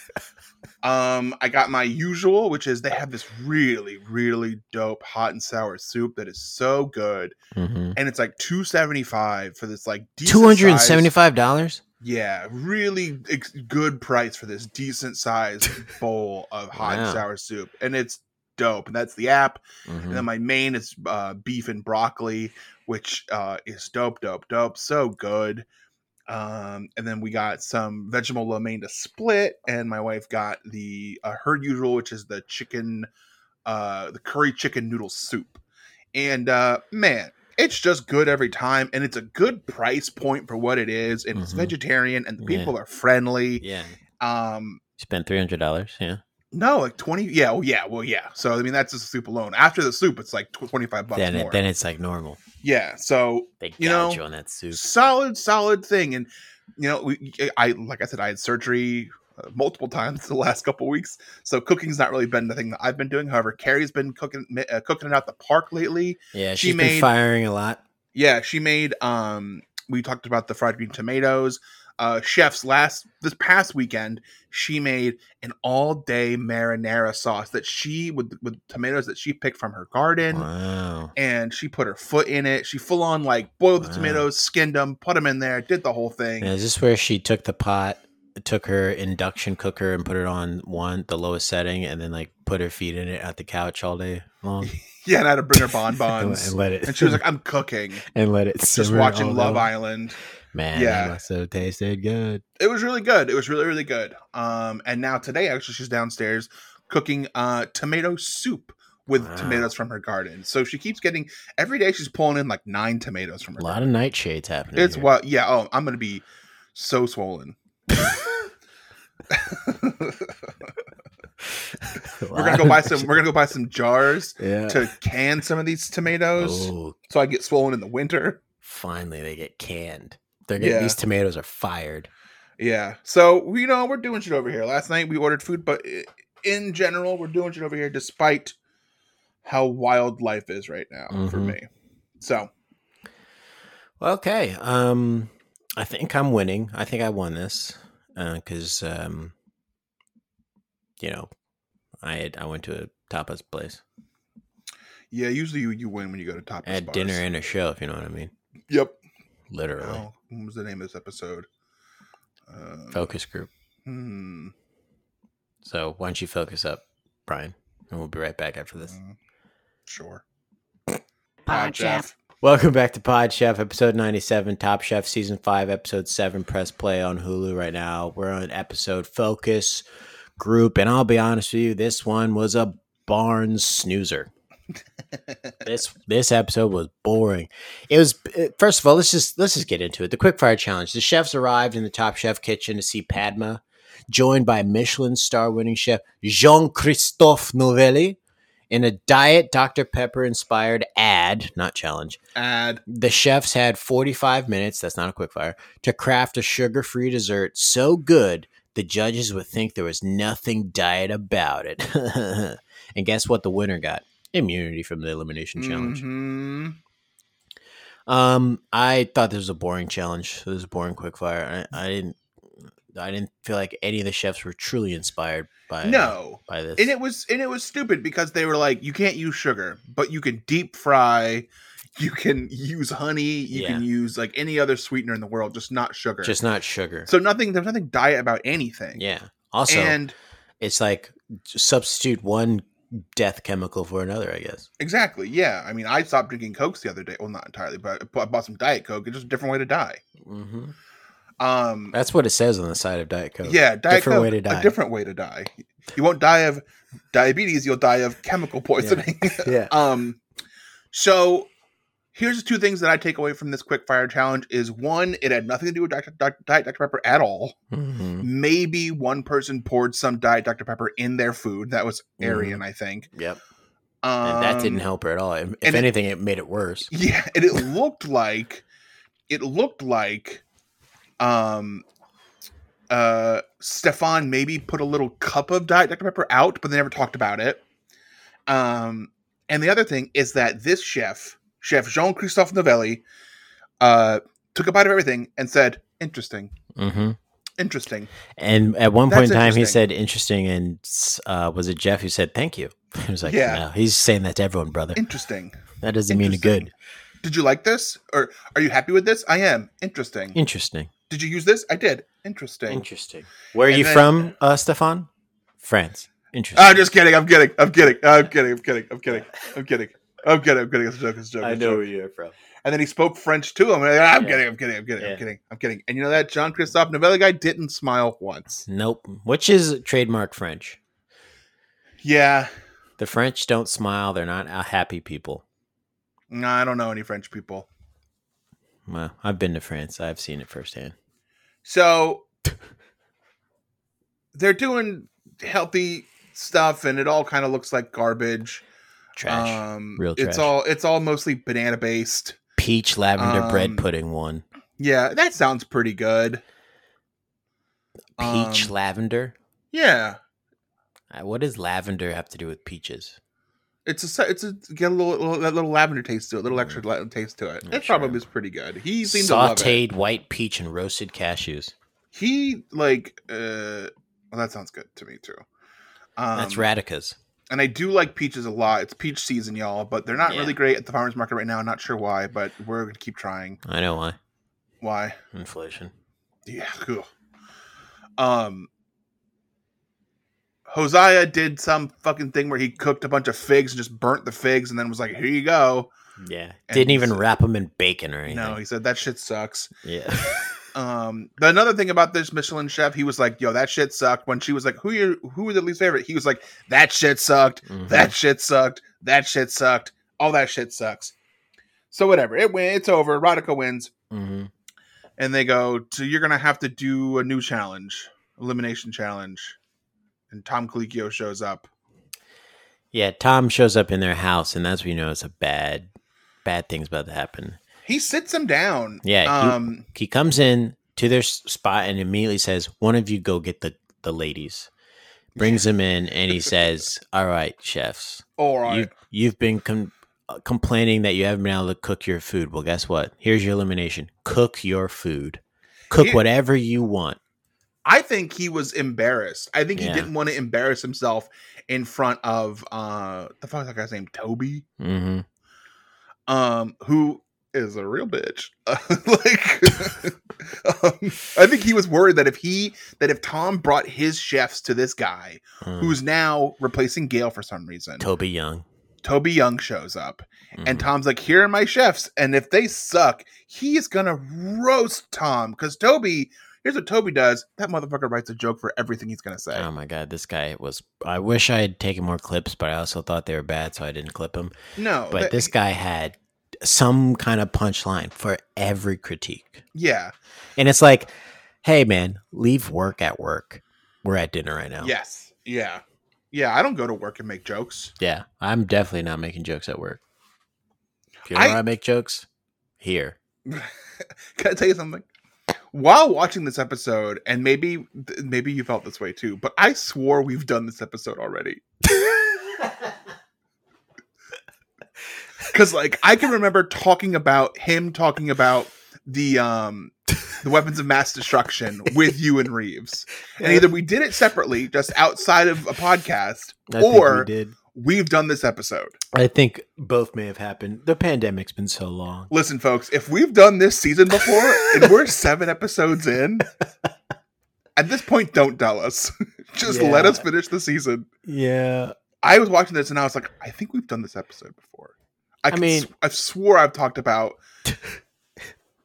Speaker 3: Um, I got my usual, which is they have this really, really dope hot and sour soup that is so good,
Speaker 2: Mm-hmm.
Speaker 3: and it's like two seventy five for this like decent
Speaker 2: Two hundred and
Speaker 3: size-
Speaker 2: seventy-five dollars.
Speaker 3: Yeah, really ex- good price for this decent sized bowl of hot and
Speaker 2: Wow.
Speaker 3: sour soup, and it's dope. And that's the app. And
Speaker 2: Mm-hmm.
Speaker 3: then my main is uh, beef and broccoli, which uh, is dope, dope, dope. So good. Um, and then we got some vegetable lo mein to split, and my wife got the uh, her usual, which is the chicken, uh, the curry chicken noodle soup. And uh, man, it's just good every time, and it's a good price point for what it is. And it's
Speaker 2: Mhm.
Speaker 3: vegetarian, and the
Speaker 2: Yeah.
Speaker 3: people are friendly.
Speaker 2: Yeah.
Speaker 3: Um,
Speaker 2: Spent three hundred dollars. Yeah.
Speaker 3: no, like twenty. Yeah, well, yeah, well, yeah. So I mean, that's just the soup alone. After the soup, it's like tw- twenty five bucks
Speaker 2: Then
Speaker 3: more.
Speaker 2: it, then it's like normal.
Speaker 3: yeah, so
Speaker 2: They
Speaker 3: You
Speaker 2: you
Speaker 3: know,
Speaker 2: you on that soup.
Speaker 3: solid, solid thing. And you know, we, I like I said, I had surgery uh, multiple times the last couple weeks, so cooking's not really been the thing that I've been doing. However, Carrie's been cooking ma- uh, cooking it out the park lately.
Speaker 2: Yeah,
Speaker 3: she
Speaker 2: she's
Speaker 3: made-
Speaker 2: been firing a lot.
Speaker 3: Yeah, she made. um We talked about the fried green tomatoes. Uh, chefs last this past weekend, she made an all day marinara sauce that she with with tomatoes that she picked from her garden
Speaker 2: Wow.
Speaker 3: and she put her foot in it. She full on like boiled the
Speaker 2: Wow.
Speaker 3: tomatoes, skinned them, put them in there, did the whole thing.
Speaker 2: Now, is this where she took the pot, took her induction cooker, and put it on one the lowest setting, and then like put her feet in it at the couch all day long?
Speaker 3: Yeah, and I had to bring her
Speaker 2: and,
Speaker 3: bonbons.
Speaker 2: and let it.
Speaker 3: and she was like, I'm cooking.
Speaker 2: and let it.
Speaker 3: Just
Speaker 2: simmer
Speaker 3: watching
Speaker 2: all
Speaker 3: Love
Speaker 2: day.
Speaker 3: Island.
Speaker 2: Man,
Speaker 3: Yeah.
Speaker 2: that must have tasted good.
Speaker 3: It was really good. It was really, really good. Um, and now today actually she's downstairs cooking uh tomato soup with
Speaker 2: Wow.
Speaker 3: tomatoes from her garden. So she keeps getting every day she's pulling in like nine tomatoes from her
Speaker 2: A lot of nightshades happening.
Speaker 3: It's
Speaker 2: here.
Speaker 3: what yeah, oh I'm gonna be so swollen.
Speaker 2: A
Speaker 3: We're
Speaker 2: lot
Speaker 3: gonna go
Speaker 2: of
Speaker 3: buy some we're gonna go buy some jars
Speaker 2: nightshades. Yeah.
Speaker 3: to can some of these tomatoes
Speaker 2: oh,
Speaker 3: so I get swollen in the winter.
Speaker 2: finally they get canned. They're getting
Speaker 3: Yeah.
Speaker 2: these tomatoes are fired.
Speaker 3: Yeah. So we you know we're doing shit over here. Last night we ordered food, but i- in general we're doing shit over here despite how wild life is right now for
Speaker 2: Mhm.
Speaker 3: me. So
Speaker 2: Okay. Um, I think I'm winning. I think I won this because um, you know, I had, I went to a tapas place.
Speaker 3: yeah, usually you, you win when you go to top.
Speaker 2: I had dinner and a show, if you know what I mean.
Speaker 3: Yep.
Speaker 2: Literally,
Speaker 3: Oh, what was the name of this episode? Um,
Speaker 2: focus group.
Speaker 3: hmm.
Speaker 2: So why don't you focus up, Brian? And we'll be right back after this.
Speaker 3: Mm. Sure.
Speaker 5: Pod
Speaker 3: Pod Chef.
Speaker 2: Welcome back to Pod Chef, episode 97, Top Chef, season 5, episode 7. Press play on Hulu right now. We're on episode Focus Group, and I'll be honest with you, this one was a barn snoozer. this this episode was boring. It was uh, first of all, let's just let's just get into it. The quick fire challenge. The chefs arrived in the Top Chef kitchen to see Padma, joined by Michelin star winning chef Jean-Christophe Novelli in a diet Dr. Pepper inspired ad, not challenge
Speaker 3: Add
Speaker 2: the chefs had 45 minutes that's not a quick fire to craft a sugar-free dessert so good the judges would think there was nothing diet about it and guess what the winner got immunity from the elimination
Speaker 3: Mm-hmm.
Speaker 2: challenge
Speaker 3: Mhm.
Speaker 2: um i thought this was a boring challenge this was a boring quick fire i, I didn't i didn't feel like any of the chefs were truly inspired by
Speaker 3: No.
Speaker 2: by this
Speaker 3: and it was and it was stupid because they were like you can't use sugar but you can deep fry you can use honey you can use like any other sweetener in the world just not sugar
Speaker 2: just not sugar
Speaker 3: so nothing there's nothing diet about anything
Speaker 2: yeah also
Speaker 3: and
Speaker 2: it's like substitute one death chemical for another i guess
Speaker 3: exactly yeah i mean i stopped drinking cokes the other day well not entirely but i bought some diet coke it's just a different way to die
Speaker 2: mm-hmm
Speaker 3: Um,
Speaker 2: That's what it says on the side of Diet Coke.
Speaker 3: yeah, Diet
Speaker 2: different
Speaker 3: Coke,
Speaker 2: way to die.
Speaker 3: A different way to die. You won't die of diabetes. You'll die of chemical poisoning.
Speaker 2: yeah.
Speaker 3: um, so here's the two things that I take away from this quick fire challenge: is one, it had nothing to do with Dr. Dr. Diet Dr Pepper at all.
Speaker 2: Mhm.
Speaker 3: Maybe one person poured some Diet Dr Pepper in their food. That was
Speaker 2: Mhm.
Speaker 3: Arian, I think.
Speaker 2: Yep.
Speaker 3: Um,
Speaker 2: And that didn't help her at all. If if
Speaker 3: and it-
Speaker 2: anything, it, made it worse.
Speaker 3: Yeah, and it looked like it looked like um uh Stefan maybe put a little cup of Diet Dr. Pepper out, but they never talked about it. Um and the other thing is that this chef, Chef Jean-Christophe Novelli, uh took a bite of everything and said, Interesting,
Speaker 2: Mm-hmm.
Speaker 3: interesting.
Speaker 2: And at one point
Speaker 3: That's
Speaker 2: in time, he
Speaker 3: interesting.
Speaker 2: said, "Interesting." And uh, was it Jeff who said, "Thank you"? He was like,
Speaker 3: Yeah.
Speaker 2: "No, he's saying that to everyone, brother.
Speaker 3: Interesting.
Speaker 2: That doesn't mean a
Speaker 3: Interesting.
Speaker 2: good.
Speaker 3: Did you like this? Or are you happy with this? I am. Interesting.
Speaker 2: Interesting.
Speaker 3: Did you use this? I did. Interesting.
Speaker 2: Interesting. Where are
Speaker 3: And
Speaker 2: you
Speaker 3: then-
Speaker 2: from, uh, Stefan? France. Interesting.
Speaker 3: I'm Ah, just kidding. I'm kidding. I'm kidding. I'm kidding. I'm kidding. I'm kidding. I'm kidding. I'm kidding. I'm kidding. It's a joke. It's a joke. It's a joke.
Speaker 2: you're from.
Speaker 3: And then he spoke French to him. And I'm
Speaker 2: Yeah.
Speaker 3: kidding. I'm kidding. I'm kidding.
Speaker 2: Yeah.
Speaker 3: I'm kidding. I'm kidding. And you know that John Christophe Novella guy didn't smile once.
Speaker 2: Nope. Which is trademark French.
Speaker 3: Yeah.
Speaker 2: The French don't smile. They're not uh, happy people.
Speaker 3: Nah, I don't know any French people.
Speaker 2: Well, I've been to France. I've seen it firsthand.
Speaker 3: So they're doing healthy stuff, and it all kind of looks like garbage.
Speaker 2: Trash.
Speaker 3: Um,
Speaker 2: Real trash.
Speaker 3: It's all it's all mostly banana based.
Speaker 2: Peach lavender bread
Speaker 3: um,
Speaker 2: pudding one.
Speaker 3: Yeah, that sounds pretty good.
Speaker 2: Peach
Speaker 3: Um,
Speaker 2: lavender.
Speaker 3: yeah.
Speaker 2: Uh, What does lavender have to do with peaches?
Speaker 3: It's a se- it's a get a little, little that little lavender taste to it, a little extra la- taste to it.
Speaker 2: Yeah,
Speaker 3: It
Speaker 2: sure.
Speaker 3: probably is pretty good. He seemed to love it.
Speaker 2: Sauteed white peach and roasted cashews.
Speaker 3: He like uh well that sounds good to me too. Um,
Speaker 2: That's radicas.
Speaker 3: And I do like peaches a lot. It's peach season, y'all, but they're not
Speaker 2: Yeah.
Speaker 3: really great at the farmers market right now. I'm not sure why, but we're gonna keep trying.
Speaker 2: I know why.
Speaker 3: Why?
Speaker 2: Inflation.
Speaker 3: Yeah. Cool. Um. Hosea did some fucking thing where he cooked a bunch of figs and just burnt the figs and then was like, "Here you go."
Speaker 2: Yeah.
Speaker 3: And
Speaker 2: Didn't even
Speaker 3: so-
Speaker 2: wrap them in bacon or anything.
Speaker 3: No, he said that shit sucks.
Speaker 2: yeah.
Speaker 3: Um, but another thing about this Michelin chef, he was like, "Yo, that shit sucked." When she was like, "Who your who were the least favorite?" He was like, "That shit sucked.
Speaker 2: Mhm.
Speaker 3: That shit sucked. That shit sucked. All that shit sucks." So whatever, it win. It's over. Rodica wins,
Speaker 2: Mhm.
Speaker 3: and they go. So you're gonna have to do a new challenge, elimination challenge, and Tom Colicchio shows up.
Speaker 2: Yeah. Tom shows up in their house, and that's what you know is a bad, bad thing's about to happen.
Speaker 3: He sits him down.
Speaker 2: Yeah, he-
Speaker 3: Um.
Speaker 2: He comes in to their s- spot and immediately says, "One of you go get the the ladies." Brings them in, and he says, "All right, chefs."
Speaker 3: All right.
Speaker 2: You've, you've been com- uh, complaining that you haven't been able to cook your food. Well, guess what? Here's your elimination. Cook your food. Cook
Speaker 3: Here-
Speaker 2: whatever you want.
Speaker 3: I think he was embarrassed. I think he
Speaker 2: Yeah.
Speaker 3: didn't want to embarrass himself in front of uh the fuck is that guy's name Toby,
Speaker 2: Mm-hmm.
Speaker 3: um, who is a real bitch. like, um, I think he was worried that if he that if Tom brought his chefs to this guy,
Speaker 2: Hmm.
Speaker 3: who's now replacing Gail for some reason,
Speaker 2: Mm-hmm. Toby Young?
Speaker 3: Toby Young shows up,
Speaker 2: Mhm.
Speaker 3: and Tom's like, "Here are my chefs, and if they suck, he is gonna roast Tom because Toby." Here's what Toby does. That motherfucker writes a joke for everything he's gonna say.
Speaker 2: Oh my god, this guy was. I wish I had taken more clips, but I also thought they were bad, so I didn't clip them.
Speaker 3: No,
Speaker 2: But
Speaker 3: that-
Speaker 2: this guy had some kind of punchline for every critique,
Speaker 3: yeah,
Speaker 2: and it's like, "Hey man, leave work at work. We're at dinner right now.
Speaker 3: yes, yeah, yeah. I don't go to work and make jokes.
Speaker 2: Yeah, I'm definitely not making jokes at work. If you know
Speaker 3: I-
Speaker 2: where I make jokes? Here.
Speaker 3: Can I tell you something? While watching this episode, and maybe maybe you felt this way too, but I swore we've done this episode already. Because like I can remember talking about him talking about the um the weapons of mass destruction with you and Reeves, and either we did it separately, just outside of a podcast,
Speaker 2: I
Speaker 3: or
Speaker 2: think we did.
Speaker 3: we've done this episode.
Speaker 2: I think both may have happened. The pandemic's been so long.
Speaker 3: Listen, folks, if we've done this season before and we're seven episodes in, at this point, don't tell us. Just let
Speaker 2: Yeah.
Speaker 3: us finish the season.
Speaker 2: Yeah.
Speaker 3: I was watching this and I was like, I think we've done this episode before. I, can
Speaker 2: mean-
Speaker 3: sw- I swore I've talked about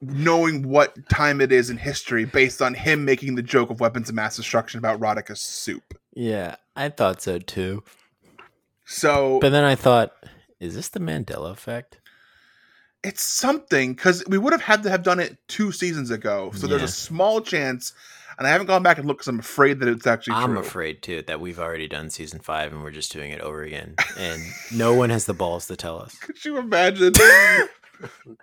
Speaker 3: knowing what time it is in history based on him making the joke of weapons of mass destruction about Rodica's soup.
Speaker 2: Yeah, I thought so too.
Speaker 3: So
Speaker 2: But then I thought, is this the Mandela effect?
Speaker 3: it's something because we would have had to have done it two seasons ago. So there's
Speaker 2: Yeah.
Speaker 3: a small chance, and I haven't gone back and looked because I'm afraid that it's actually
Speaker 2: I'm
Speaker 3: true.
Speaker 2: afraid too that we've already done season five and we're just doing it over again, and no one has the balls to tell us.
Speaker 3: Could you imagine?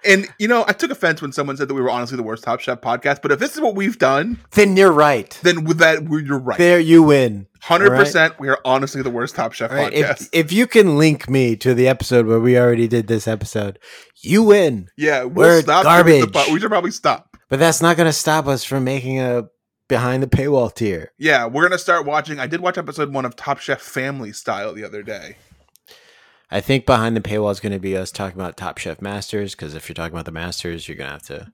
Speaker 3: and you know, I took offense when someone said that we were honestly the worst Top Chef podcast. But if this is what we've done,
Speaker 2: Then you're right.
Speaker 3: then with that, we- you're right.
Speaker 2: There, you win.
Speaker 3: Hundred percent, we are honestly the worst Top Chef
Speaker 2: All right,
Speaker 3: podcast.
Speaker 2: if, if you can link me to the episode where we already did this episode, you win.
Speaker 3: yeah, we'll
Speaker 2: we're
Speaker 3: stop. doing the
Speaker 2: garbage.
Speaker 3: po- we should probably stop.
Speaker 2: But that's not going to stop us from making a behind the paywall tier.
Speaker 3: Yeah, we're gonna start watching. I did watch episode one of Top Chef Family Style the other day.
Speaker 2: I think behind the paywall is going to be us talking about Top Chef Masters because if you're talking about the Masters, you're going to have to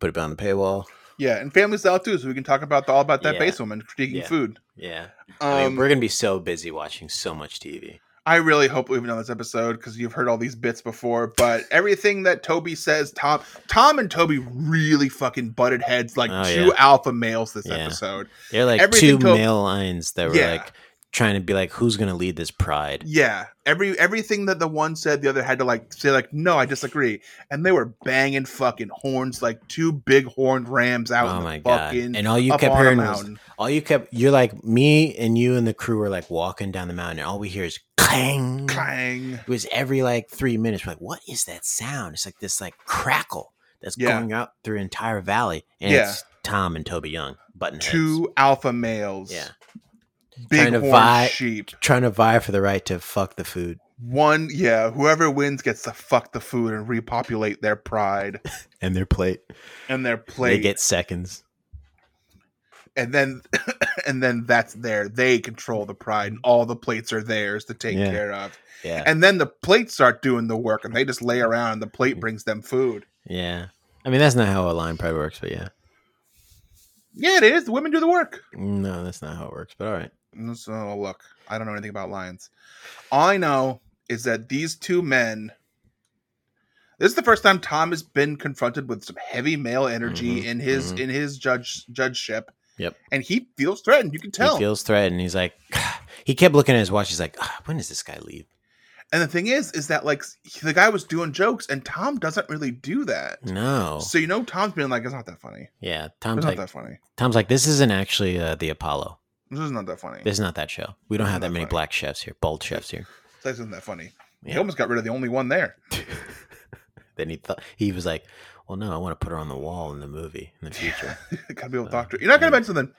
Speaker 2: put it behind the paywall.
Speaker 3: Yeah, and Family Style too, so we can talk about the, all about that
Speaker 2: Yeah.
Speaker 3: base woman critiquing
Speaker 2: Yeah.
Speaker 3: food.
Speaker 2: Yeah,
Speaker 3: Um,
Speaker 2: I mean, we're going to be so busy watching so much TV.
Speaker 3: I really hope we've done this episode because you've heard all these bits before. But everything that Toby says, Tom, Tom and Toby really fucking butted heads like
Speaker 2: Oh,
Speaker 3: two
Speaker 2: yeah.
Speaker 3: alpha males this
Speaker 2: Yeah.
Speaker 3: episode.
Speaker 2: They're like two
Speaker 3: Everything to-
Speaker 2: male lines that were
Speaker 3: Yeah.
Speaker 2: like trying to be like, who's going to lead this pride?
Speaker 3: Yeah, every everything that the one said, the other had to like say like, no, I disagree, and they were banging fucking horns like two big horned rams out. in
Speaker 2: oh
Speaker 3: the
Speaker 2: my god!
Speaker 3: fucking,
Speaker 2: And all you
Speaker 3: up
Speaker 2: kept
Speaker 3: on a
Speaker 2: hearing was
Speaker 3: mountain.
Speaker 2: all you kept. You're like me and you and the crew were like walking down the mountain, and all we hear is clang,
Speaker 3: clang.
Speaker 2: It was every like three minutes. We're like, what is that sound? It's like this like crackle that's
Speaker 3: Yeah.
Speaker 2: going out through an entire valley. And
Speaker 3: Yeah.
Speaker 2: it's Tom and Toby Young button heads.
Speaker 3: Two alpha males.
Speaker 2: Yeah.
Speaker 3: big
Speaker 2: Trying to
Speaker 3: horned
Speaker 2: vi-
Speaker 3: sheep.
Speaker 2: Trying to vie for the right to fuck the food.
Speaker 3: One, yeah, whoever wins gets to fuck the food and repopulate their pride
Speaker 2: And their plate.
Speaker 3: and their
Speaker 2: They
Speaker 3: plate.
Speaker 2: get seconds.
Speaker 3: and then and then that's there. They control the pride and all the plates are theirs to take
Speaker 2: Yeah.
Speaker 3: care of.
Speaker 2: Yeah.
Speaker 3: And then the plates start doing the work and they just lay around and the plate brings them food.
Speaker 2: yeah. I mean, that's not how a line pride works, but yeah.
Speaker 3: Yeah, it is. The women do the work.
Speaker 2: No, that's not how it works, but all right.
Speaker 3: And So uh, oh, look, I don't know anything about lions. All I know is that these two men this is the first time Tom has been confronted with some heavy male energy
Speaker 2: Mhm,
Speaker 3: in his
Speaker 2: mhm.
Speaker 3: in his judge judgeship.
Speaker 2: Yep.
Speaker 3: And he feels threatened, you can tell.
Speaker 2: He feels threatened. He's like, he kept looking at his watch. He's like, "Ah, when does this guy leave?
Speaker 3: And the thing is, is that like he- the guy was doing jokes, and Tom doesn't really do that.
Speaker 2: No.
Speaker 3: So you know, Tom's being like, "It's not that funny.
Speaker 2: Yeah.
Speaker 3: It's
Speaker 2: Tom's
Speaker 3: not
Speaker 2: like,
Speaker 3: that funny.
Speaker 2: Tom's like, this isn't actually uh, the Apollo.
Speaker 3: This is not that funny.
Speaker 2: This is not that show. We don't
Speaker 3: This is
Speaker 2: have that
Speaker 3: not
Speaker 2: many
Speaker 3: funny.
Speaker 2: black chefs here, bald chefs here.
Speaker 3: This isn't that funny." He
Speaker 2: Yeah.
Speaker 3: almost got rid of the only one there.
Speaker 2: then he thought he was like, "Well, no, I want to put her on the wall in the movie in the future."
Speaker 3: Gotta
Speaker 2: Uh,
Speaker 3: be able to talk to. You're not gonna mention them.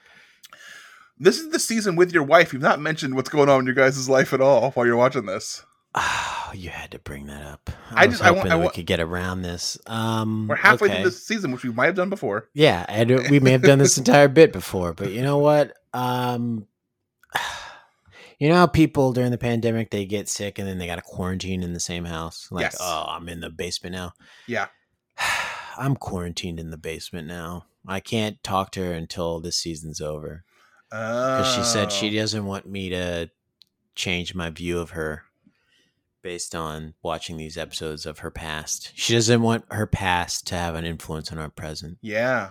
Speaker 3: This is the season with your wife. You've not mentioned what's going on in your guys' life at all while you're watching this.
Speaker 2: oh, you had to bring that up.
Speaker 3: I
Speaker 2: I, was
Speaker 3: just- I
Speaker 2: hoping
Speaker 3: want- I
Speaker 2: that
Speaker 3: want-
Speaker 2: we could get around this. Um,
Speaker 3: We're halfway
Speaker 2: okay.
Speaker 3: through this season, which we might have done before.
Speaker 2: Yeah, and we may have done this entire bit before, but you know what? Um, you know how people during the pandemic they get sick and then they got to quarantine in the same house. Like,
Speaker 3: Yes.
Speaker 2: oh, I'm in the basement now.
Speaker 3: Yeah.
Speaker 2: I'm quarantined in the basement now. I can't talk to her until this season's over. because she said she
Speaker 3: Oh.
Speaker 2: doesn't want me to change my view of her based on watching these episodes of her past. She doesn't want her past to have an influence on our present.
Speaker 3: Oh. Yeah.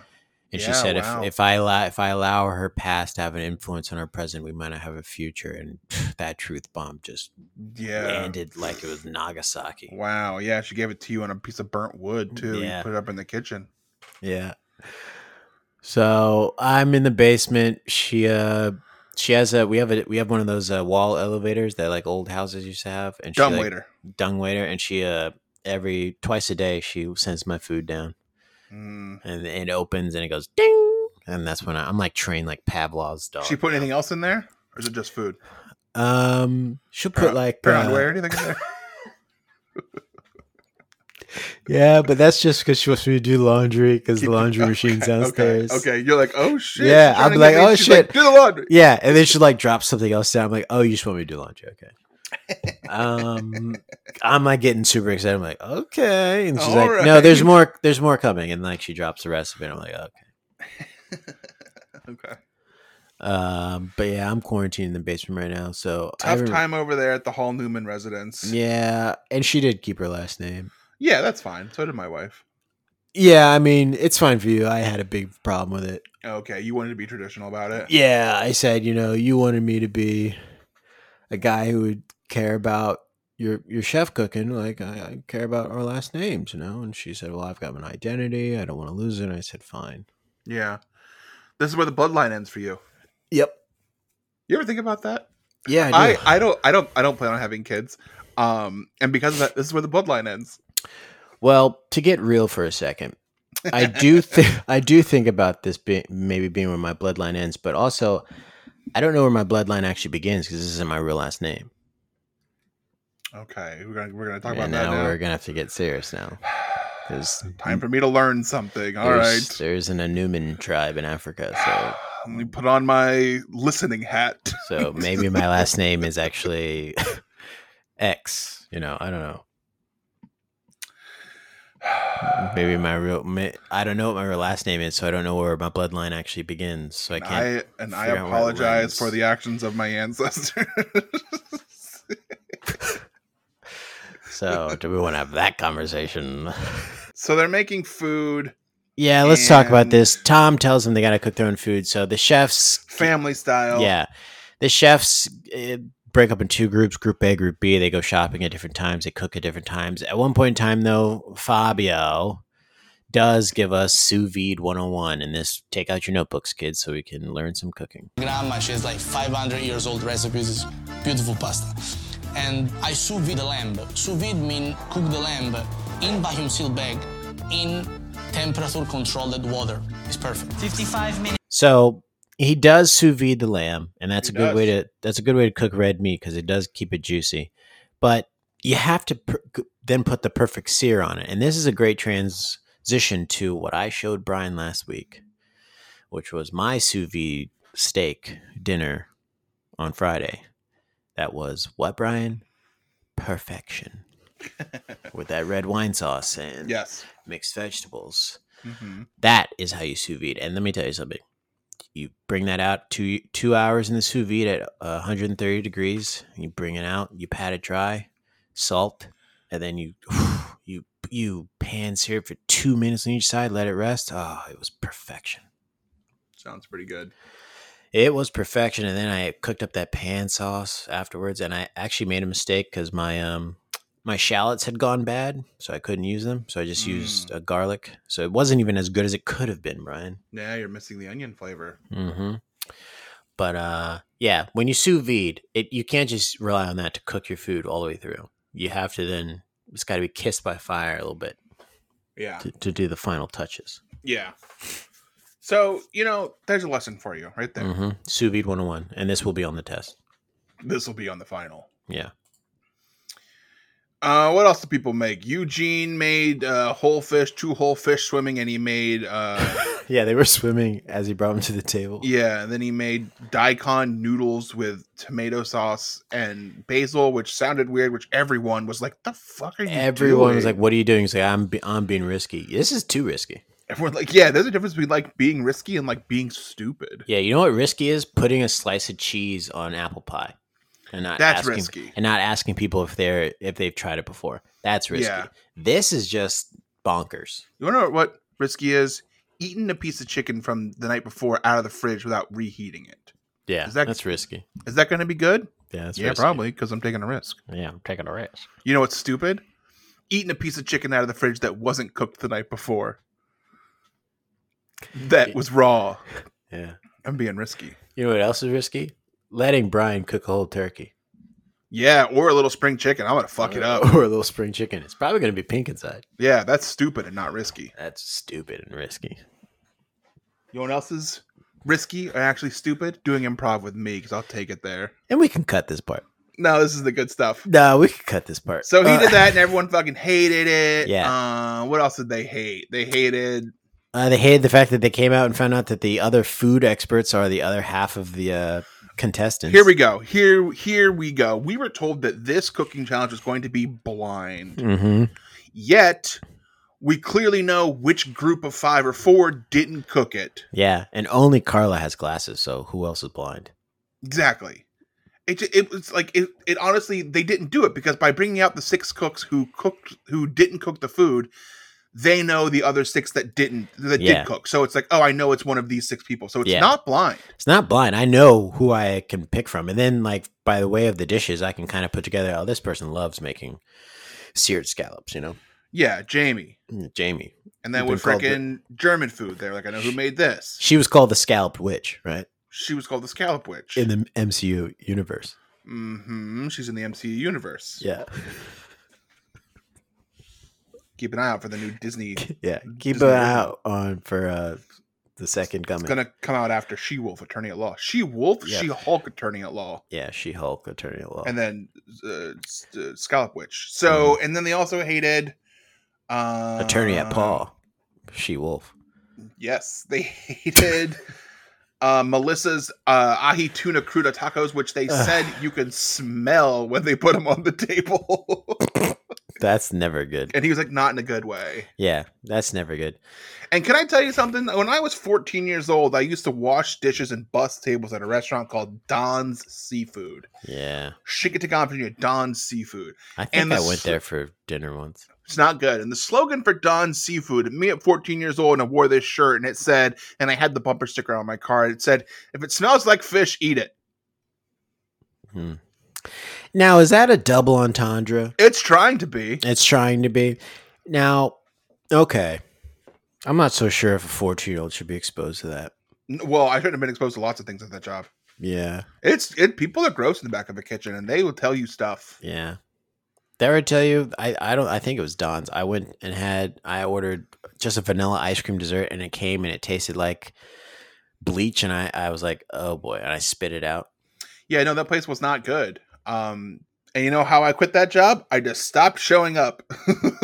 Speaker 2: And
Speaker 3: Yeah,
Speaker 2: she said,
Speaker 3: wow.
Speaker 2: if, if I allow, if I allow her past to have an influence on our present, we might not have a future. And that truth bomb just
Speaker 3: Yeah.
Speaker 2: landed like it was Nagasaki.
Speaker 3: Wow. Yeah. She gave it to you on a piece of burnt wood too. You
Speaker 2: Yeah.
Speaker 3: put it up in the kitchen.
Speaker 2: Yeah. So I'm in the basement. She uh she has a we have a we have one of those uh, wall elevators that like old houses used to have and she
Speaker 3: Dumb
Speaker 2: like,
Speaker 3: waiter.
Speaker 2: dung waiter and she uh every twice a day she sends my food down
Speaker 3: Mm.
Speaker 2: and it opens and it goes ding and that's when I, I'm like trained like Pavlov's dog.
Speaker 3: She put anything else in there, or is it just food?
Speaker 2: um she'll
Speaker 3: Her-
Speaker 2: put like
Speaker 3: Her
Speaker 2: uh,
Speaker 3: underwear, anything in there?
Speaker 2: yeah, but that's just because she wants me to do laundry because the laundry machine's
Speaker 3: Okay,
Speaker 2: downstairs.
Speaker 3: Okay, you're like, oh shit.
Speaker 2: Yeah,
Speaker 3: she's trying
Speaker 2: I'm
Speaker 3: to get
Speaker 2: like,
Speaker 3: me."
Speaker 2: "Oh,
Speaker 3: She's like,
Speaker 2: shit."
Speaker 3: do the laundry.
Speaker 2: Yeah, and then she like drop something else down. I'm like, oh, you just want me to do laundry, okay? um, I'm like getting super excited. I'm like, okay, and she's
Speaker 3: All
Speaker 2: like, no, there's
Speaker 3: right.
Speaker 2: more, there's more coming, and like she drops the rest of it. I'm like, "Oh, okay.
Speaker 3: Okay.
Speaker 2: Um, but yeah, I'm quarantined in the basement right now, so I
Speaker 3: Tough
Speaker 2: haven't-
Speaker 3: time over there at the Hall Newman residence. Yeah.
Speaker 2: Yeah, and she did keep her last name.
Speaker 3: that's fine. So did my wife.
Speaker 2: Yeah, I mean, it's fine for you. I had a big problem with it.
Speaker 3: Okay, you wanted to be traditional about it.
Speaker 2: Yeah, I said, you know, you wanted me to be a guy who would care about your your chef cooking, like I, I care about our last names, you know. And she said, "Well, I've got an identity. I don't want to lose it." And I said, "Fine."
Speaker 3: Yeah. This is where the bloodline ends for you.
Speaker 2: Yep.
Speaker 3: You ever think about that?
Speaker 2: Yeah, I do.
Speaker 3: I, I don't I don't I don't plan on having kids. Um and because of that, this is where the bloodline ends.
Speaker 2: Well, to get real for a second, I do think I do think about this being maybe being where my bloodline ends, but also I don't know where my bloodline actually begins because this isn't my real last name.
Speaker 3: Okay, we're gonna we're gonna talk about
Speaker 2: And
Speaker 3: that
Speaker 2: now,
Speaker 3: now.
Speaker 2: we're gonna have to get serious now because
Speaker 3: Time for me to learn something. All right,
Speaker 2: there isn't a Numan tribe in Africa, so
Speaker 3: let me put on my listening hat.
Speaker 2: so maybe my last name is actually X. You know, I don't know. Maybe my real ma- I don't know what my real last name is, so I don't know where my bloodline actually begins. So I
Speaker 3: And
Speaker 2: can't.
Speaker 3: I and I
Speaker 2: figure out where it
Speaker 3: apologize
Speaker 2: runs.
Speaker 3: for the actions of my ancestors.
Speaker 2: So, do we want to have that conversation?
Speaker 3: so they're making food
Speaker 2: yeah, let's talk about
Speaker 3: And-
Speaker 2: this. Tom tells them they got to cook their own food. So the chefs,
Speaker 3: family style.
Speaker 2: yeah, the chefs uh, break up in two groups: Group A, Group B. They go shopping at different times. They cook at different times. At one point in time, though, Fabio does give us sous vide 101 and this take out your notebooks kids so we can learn some cooking
Speaker 6: grandma. She has like 500 years old recipes. It's beautiful pasta. And I sous vide the lamb. Sous vide mean cook the lamb in vacuum sealed bag in temperature controlled water. It's perfect.
Speaker 7: 55 minutes.
Speaker 2: so he does sous vide the lamb and that's
Speaker 3: He
Speaker 2: a good
Speaker 3: does.
Speaker 2: way to that's a good way to cook red meat because it does keep it juicy but you have to per- g- then put the perfect sear on it and this is a great transition to what i showed brian last week which was my sous vide steak dinner on friday that was what brian perfection with that red wine sauce and
Speaker 3: Yes.
Speaker 2: mixed vegetables
Speaker 3: hmm
Speaker 2: that is how you sous vide. And let me tell you something. You bring that out two two hours in the sous vide at uh, 130 degrees. You bring it out. You pat it dry, salt, and then you you you pan sear it for two minutes on each side. Let it rest. Oh, it was perfection.
Speaker 3: Sounds pretty good.
Speaker 2: It was perfection. And then I cooked up that pan sauce afterwards, and I actually made a mistake because my um my shallots had gone bad, so I couldn't use them. So I just used a garlic. So it wasn't even as good as it could have been, Brian.
Speaker 3: Now you're missing the onion flavor.
Speaker 2: Mm-hmm. But uh, yeah, when you sous vide, it you can't just rely on that to cook your food all the way through. You have to then it's got to be kissed by fire a little bit
Speaker 3: Yeah.
Speaker 2: to, to do the final touches.
Speaker 3: Yeah. So, you know, there's a lesson for you right there.
Speaker 2: Mm-hmm. Sous vide 101, and this will be on the test.
Speaker 3: This will be on the final.
Speaker 2: Yeah,
Speaker 3: Uh, what else do people make? Eugene made uh, whole fish, two whole fish swimming, and he made uh,
Speaker 2: yeah, they were swimming as he brought them to the table.
Speaker 3: yeah. And then he made daikon noodles with tomato sauce and basil, which sounded weird. Which everyone was like, "The fuck are you?"
Speaker 2: Everyone was
Speaker 3: doing?"
Speaker 2: like, "What are you doing?" He's like, "I'm be- I'm being risky. This is too risky."
Speaker 3: "Everyone like, yeah." There's a difference between like being risky and like being stupid.
Speaker 2: Yeah, you know what risky is? Putting a slice of cheese on apple pie, and not
Speaker 3: That's
Speaker 2: asking,
Speaker 3: risky.
Speaker 2: and not asking people if they're if they've tried it before. That's risky.
Speaker 3: Yeah.
Speaker 2: This is just bonkers.
Speaker 3: You wanna know what risky is? Eating a piece of chicken from the night before out of the fridge without reheating it.
Speaker 2: Yeah,
Speaker 3: Is that-
Speaker 2: that's risky.
Speaker 3: Is that going to be good?
Speaker 2: Yeah, that's
Speaker 3: yeah,
Speaker 2: risky.
Speaker 3: probably because I'm taking a risk.
Speaker 2: Yeah, I'm taking a risk.
Speaker 3: You know what's stupid? Eating a piece of chicken out of the fridge that wasn't cooked the night before. That was raw.
Speaker 2: Yeah,
Speaker 3: I'm being risky.
Speaker 2: you know what else is risky? Letting Brian cook a whole turkey.
Speaker 3: Yeah, or a little spring chicken. I'm gonna fuck it up.
Speaker 2: or a little spring chicken. It's probably going to be pink inside.
Speaker 3: Yeah, that's stupid and not risky.
Speaker 2: That's stupid and risky.
Speaker 3: You know what else is risky or actually stupid? Doing improv with me because I'll take it there.
Speaker 2: And we can cut this part.
Speaker 3: No, this is the good stuff.
Speaker 2: No, we can cut this part.
Speaker 3: So he
Speaker 2: Uh,
Speaker 3: did that, and everyone fucking hated it.
Speaker 2: Yeah.
Speaker 3: Uh, what else did they hate? They hated.
Speaker 2: Uh, they hated the fact that they came out and found out that the other food experts are the other half of the uh, contestants.
Speaker 3: Here we go. Here, here we go. We were told that this cooking challenge was going to be blind.
Speaker 2: Mm-hmm.
Speaker 3: yet we clearly know which group of five or four didn't cook it
Speaker 2: Yeah, and only Carla has glasses, so who else is blind?
Speaker 3: exactly it, ju- it was like it, it honestly they didn't do it because by bringing out the six cooks who cooked who didn't cook the food they know the other six that didn't that
Speaker 2: Yeah.
Speaker 3: did cook. So it's like, oh, I know it's one of these six people. So it's
Speaker 2: Yeah.
Speaker 3: not blind.
Speaker 2: It's not blind. I know who I can pick from. And then, like, by the way of the dishes, I can kind of put together, oh, this person loves making seared scallops, you know?
Speaker 3: Yeah, Jamie.
Speaker 2: Mm, Jamie.
Speaker 3: And then
Speaker 2: You've
Speaker 3: with
Speaker 2: been called the-
Speaker 3: freaking German food, they're like, I know who made this.
Speaker 2: She was called the scalloped witch, right?
Speaker 3: She was called the Scallop Witch.
Speaker 2: In the MCU universe.
Speaker 3: hmm She's in the MCU universe.
Speaker 2: Yeah.
Speaker 3: Keep an eye out for the new Disney. It's
Speaker 2: Yeah. Keep
Speaker 3: Just
Speaker 2: an
Speaker 3: never-
Speaker 2: eye out on for uh, the second coming.
Speaker 3: gonna come out after She Wolf Attorney at Law. She Wolf,
Speaker 2: Yeah. Oh.
Speaker 3: She Hulk Attorney at Law,
Speaker 2: Yeah. She Hulk, Attorney at Law.
Speaker 3: and then uh, S- uh, Scallop Witch. So, and then they also hated uh,
Speaker 2: Mm-hmm. Attorney at Paw. She Wolf.
Speaker 3: um, Yes, they hated uh, Melissa's uh, ahi tuna cruda tacos, which they
Speaker 2: Ugh.
Speaker 3: said you could smell when they put them on the table.
Speaker 2: That's never good.
Speaker 3: and he was like, not in a good way.
Speaker 2: Yeah. That's never good.
Speaker 3: And can I tell you something? When I was 14 years old, I used to wash dishes and bus tables at a restaurant called Don's Seafood.
Speaker 2: Yeah.
Speaker 3: Shikitagan, Virginia, Don's Seafood.
Speaker 2: I think
Speaker 3: And
Speaker 2: I
Speaker 3: the
Speaker 2: went
Speaker 3: sl-
Speaker 2: there for dinner once.
Speaker 3: It's not good. And the slogan for Don's Seafood, me at 14 years old, and I wore this shirt, and it said, and I had the bumper sticker on my car, and it said, if it smells like fish, eat it.
Speaker 2: Hmm. Now, is that a double entendre?
Speaker 3: It's trying to be.
Speaker 2: It's trying to be. Now, okay. I'm not so sure if a 14 year old should be exposed to that.
Speaker 3: N- Well, I shouldn't have been exposed to lots of things at that job.
Speaker 2: Yeah.
Speaker 3: It's it. People are gross in the back of a kitchen, and they will tell you stuff.
Speaker 2: Yeah. Did I ever tell you? I, I don't, I think it was Don's. I went and had, I ordered just a vanilla ice cream dessert and it came and it tasted like bleach. And I, I was like, oh boy. And I spit it out.
Speaker 3: Yeah, no, that place was not good. Um, and you know how I quit that job? I just stopped showing up.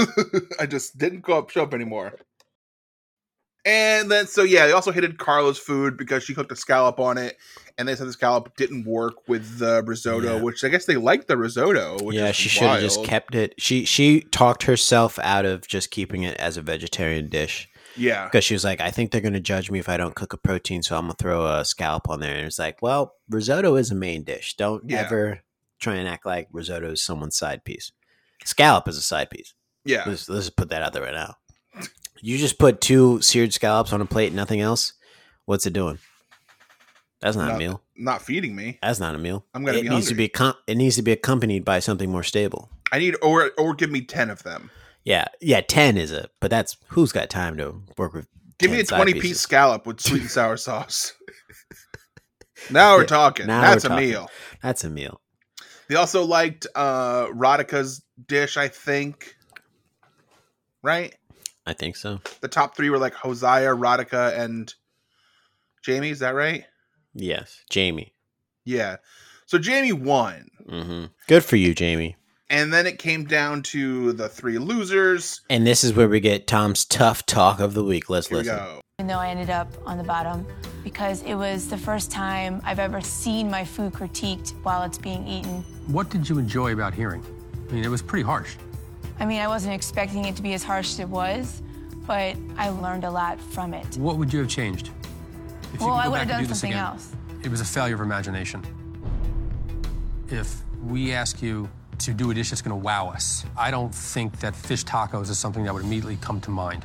Speaker 3: I just didn't go up show up anymore. And then so yeah, they also hated Carla's food because she cooked a scallop on it, and they said the scallop didn't work with the risotto,
Speaker 2: Yeah.
Speaker 3: which I guess they liked the risotto. Which
Speaker 2: yeah.
Speaker 3: is
Speaker 2: She should have just
Speaker 3: wild.
Speaker 2: kept it. She, she talked herself out of just keeping it as a vegetarian dish.
Speaker 3: Yeah,
Speaker 2: because she was like, I think they're gonna judge me if I don't cook a protein, so I'm gonna throw a scallop on there. And it's like, well, risotto is a main dish. Don't
Speaker 3: Yeah.
Speaker 2: ever try and act like risotto is someone's side piece. Scallop is a side piece.
Speaker 3: yeah.
Speaker 2: Let's, let's just put that out there right now. You just put two seared scallops on a plate, and nothing else. What's it doing? That's not a
Speaker 3: Nothing.
Speaker 2: meal.
Speaker 3: Not feeding me.
Speaker 2: That's not a meal.
Speaker 3: I'm gonna
Speaker 2: it
Speaker 3: be
Speaker 2: needs to
Speaker 3: hungry.
Speaker 2: be com- it needs to be accompanied by something more stable.
Speaker 3: I need or or give me ten of them.
Speaker 2: Yeah, yeah, ten is a but that's who's got time to work with.
Speaker 3: Give me
Speaker 2: 10
Speaker 3: a
Speaker 2: side
Speaker 3: 20
Speaker 2: pieces?
Speaker 3: piece scallop with sweet and sour sauce. now we're
Speaker 2: Yeah,
Speaker 3: talking.
Speaker 2: now
Speaker 3: That's
Speaker 2: we're
Speaker 3: a
Speaker 2: talking.
Speaker 3: meal.
Speaker 2: That's a meal.
Speaker 3: They also liked uh Rodica's dish, I think. Right?
Speaker 2: I think so.
Speaker 3: The top three were like Hosea, Rodica, and Jamie. Is that right?
Speaker 2: Yes, Jamie.
Speaker 3: Yeah. So Jamie won.
Speaker 2: hmm Good for you, Jamie.
Speaker 3: And then it came down to the three losers.
Speaker 2: And this is where we get Tom's tough talk of the week. Let's
Speaker 3: Here we
Speaker 2: listen.
Speaker 3: go.
Speaker 7: Even though I ended up on the bottom because it was the first time I've ever seen my food critiqued while it's being eaten.
Speaker 8: What did you enjoy about hearing? I mean, it was pretty harsh.
Speaker 7: I mean, I wasn't expecting it to be as harsh as it was, but I learned a lot from it.
Speaker 8: What would you have changed? If
Speaker 7: Well,
Speaker 8: could
Speaker 7: I
Speaker 8: go
Speaker 7: would
Speaker 8: back
Speaker 7: have
Speaker 8: and
Speaker 7: done
Speaker 8: do this
Speaker 7: something
Speaker 8: again,
Speaker 7: else.
Speaker 8: It was a failure of imagination. If we ask you to do a dish that's going to wow us, I don't think that fish tacos is something that would immediately come to mind.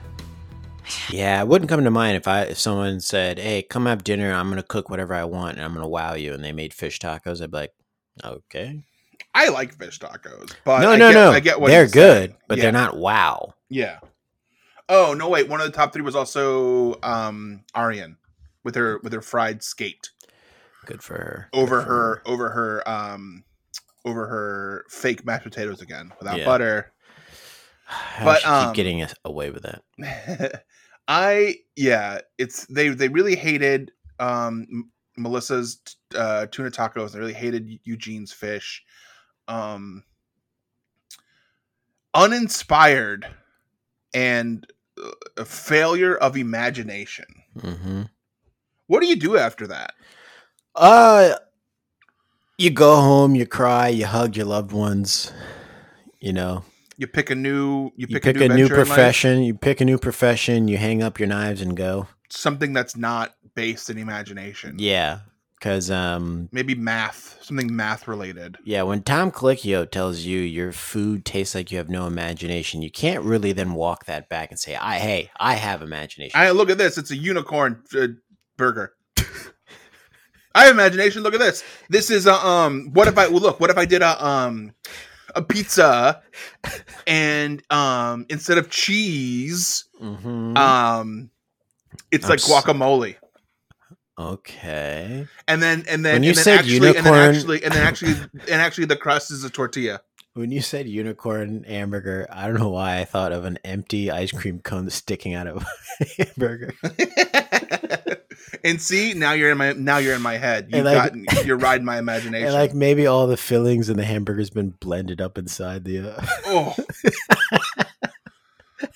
Speaker 2: Yeah, it wouldn't come to mind if I if someone said, "Hey, come have dinner. I'm gonna cook whatever I want, and I'm gonna wow you." And they made fish tacos. I'd be like, "Okay,
Speaker 3: I like fish tacos, but
Speaker 2: no,
Speaker 3: I
Speaker 2: no,
Speaker 3: get,
Speaker 2: no.
Speaker 3: I get what
Speaker 2: they're
Speaker 3: he's saying.
Speaker 2: good, but
Speaker 3: Yeah.
Speaker 2: they're not wow."
Speaker 3: Yeah. Oh no! Wait, one of the top three was also um Aryan with her with her fried skate
Speaker 2: Good for her.
Speaker 3: over
Speaker 2: Good for
Speaker 3: her over her um over her fake mashed potatoes again without
Speaker 2: Yeah.
Speaker 3: butter.
Speaker 2: How
Speaker 3: but,
Speaker 2: she keep
Speaker 3: um,
Speaker 2: getting us away with that.
Speaker 3: I yeah, it's they they really hated um M- Melissa's uh, tuna tacos. They really hated Eugene's fish. Um, uninspired and uh, a failure of imagination.
Speaker 2: Mm-hmm.
Speaker 3: What do you do after that?
Speaker 2: Uh, you go home, you cry, you hug your loved ones. You know,
Speaker 3: You pick a new you
Speaker 2: you,
Speaker 3: pick,
Speaker 2: pick, a new,
Speaker 3: venture in life,
Speaker 2: profession. You pick a new profession. You hang up your knives and go.
Speaker 3: something that's not based in imagination.
Speaker 2: Yeah, because um,
Speaker 3: Maybe math, something math related.
Speaker 2: yeah, when Tom Colicchio tells you your food tastes like you have no imagination, you can't really then walk that back and say, "I hey, I have imagination."
Speaker 3: I look at this. It's a unicorn uh, burger. I have imagination. Look at this. This is a um. What if I well, look? What if I did a um, a pizza, and um instead of cheese,
Speaker 2: Mhm.
Speaker 3: um, it's
Speaker 2: I'm
Speaker 3: like
Speaker 2: s-
Speaker 3: guacamole.
Speaker 2: okay.
Speaker 3: And then and then
Speaker 2: When you
Speaker 3: and then
Speaker 2: said
Speaker 3: actually and then
Speaker 2: unicorn-
Speaker 3: actually and then actually and actually the crust is a tortilla.
Speaker 2: When you said unicorn hamburger, I don't know why I thought of an empty ice cream cone that's sticking out of a hamburger.
Speaker 3: and see, now you're in my now you're in my head.
Speaker 2: And
Speaker 3: You've
Speaker 2: like-
Speaker 3: gotten you're riding my imagination.
Speaker 2: And like maybe all the fillings in the hamburger's been blended up inside the uh,
Speaker 3: oh,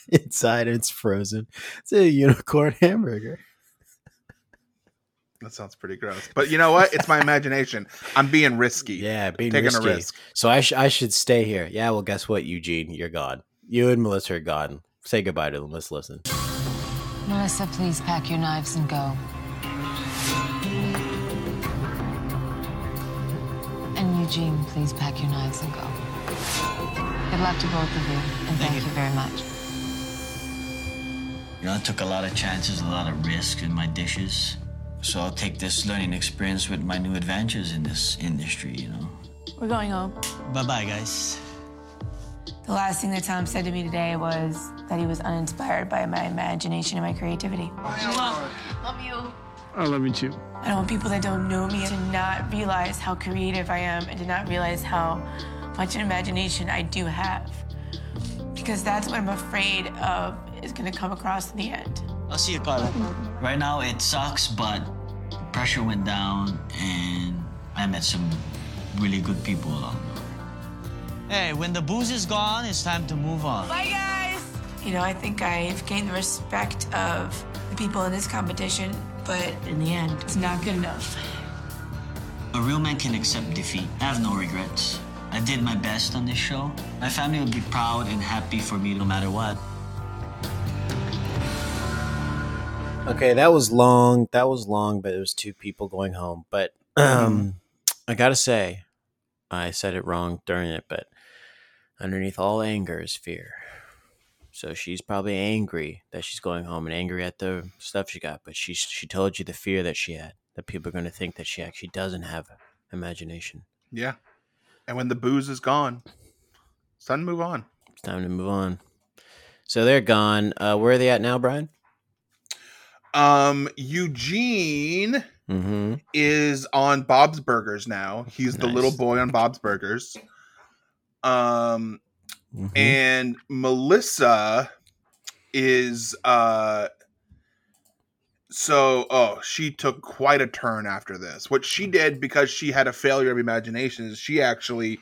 Speaker 2: inside and it's frozen. It's a unicorn hamburger.
Speaker 3: that sounds pretty gross. But you know what? It's my imagination. I'm being risky.
Speaker 2: Yeah, being
Speaker 3: taking
Speaker 2: risky.
Speaker 3: a risk.
Speaker 2: So I sh- I should stay here. Yeah, well guess what, Eugene, you're gone. You and Melissa are gone. Say goodbye to them. Let's listen.
Speaker 9: Melissa, please pack your knives and go. And Eugene, please pack your knives and go. Good luck to both of you, and thank you very much.
Speaker 10: You know, I took a lot of chances, a lot of risk in my dishes. So I'll take this learning experience with my new adventures in this industry, you know.
Speaker 7: We're going home.
Speaker 10: Bye bye, guys.
Speaker 7: The last thing that Tom said to me today was that he was uninspired by my imagination and my creativity. Love you.
Speaker 11: I love you too.
Speaker 7: I don't want people that don't know me to not realize how creative I am and to not realize how much an imagination I do have. Because that's what I'm afraid of is going to come across in the end.
Speaker 10: I'll see you, Carla. Right now, it sucks, but pressure went down and I met some really good people along the way. Hey, when the booze is gone, it's time to move on.
Speaker 7: Bye, guys! You know, I think I've gained the respect of the people in this competition, but in the end, it's not good enough.
Speaker 10: A real man can accept defeat. I have no regrets. I did my best on this show. My family will be proud and happy for me no matter what.
Speaker 2: Okay, that was long. That was long, but it was two people going home. But um, I gotta say, I said it wrong during it, but underneath all anger is fear. So she's probably angry that she's going home and angry at the stuff she got. But she she told you the fear that she had that people are going to think that she actually doesn't have imagination.
Speaker 3: Yeah. And when the booze is gone, it's time to move on.
Speaker 2: It's time to move on. So they're gone. Uh, where are they at now, Brian?
Speaker 3: Um, Eugene
Speaker 2: Mm-hmm.
Speaker 3: is on Bob's Burgers now. He's the little
Speaker 2: Nice.
Speaker 3: boy on Bob's Burgers. Um,
Speaker 2: Mhm.
Speaker 3: and Melissa is uh so oh she took quite a turn after this what
Speaker 2: Hmm.
Speaker 3: she did because she had a failure of imagination is she actually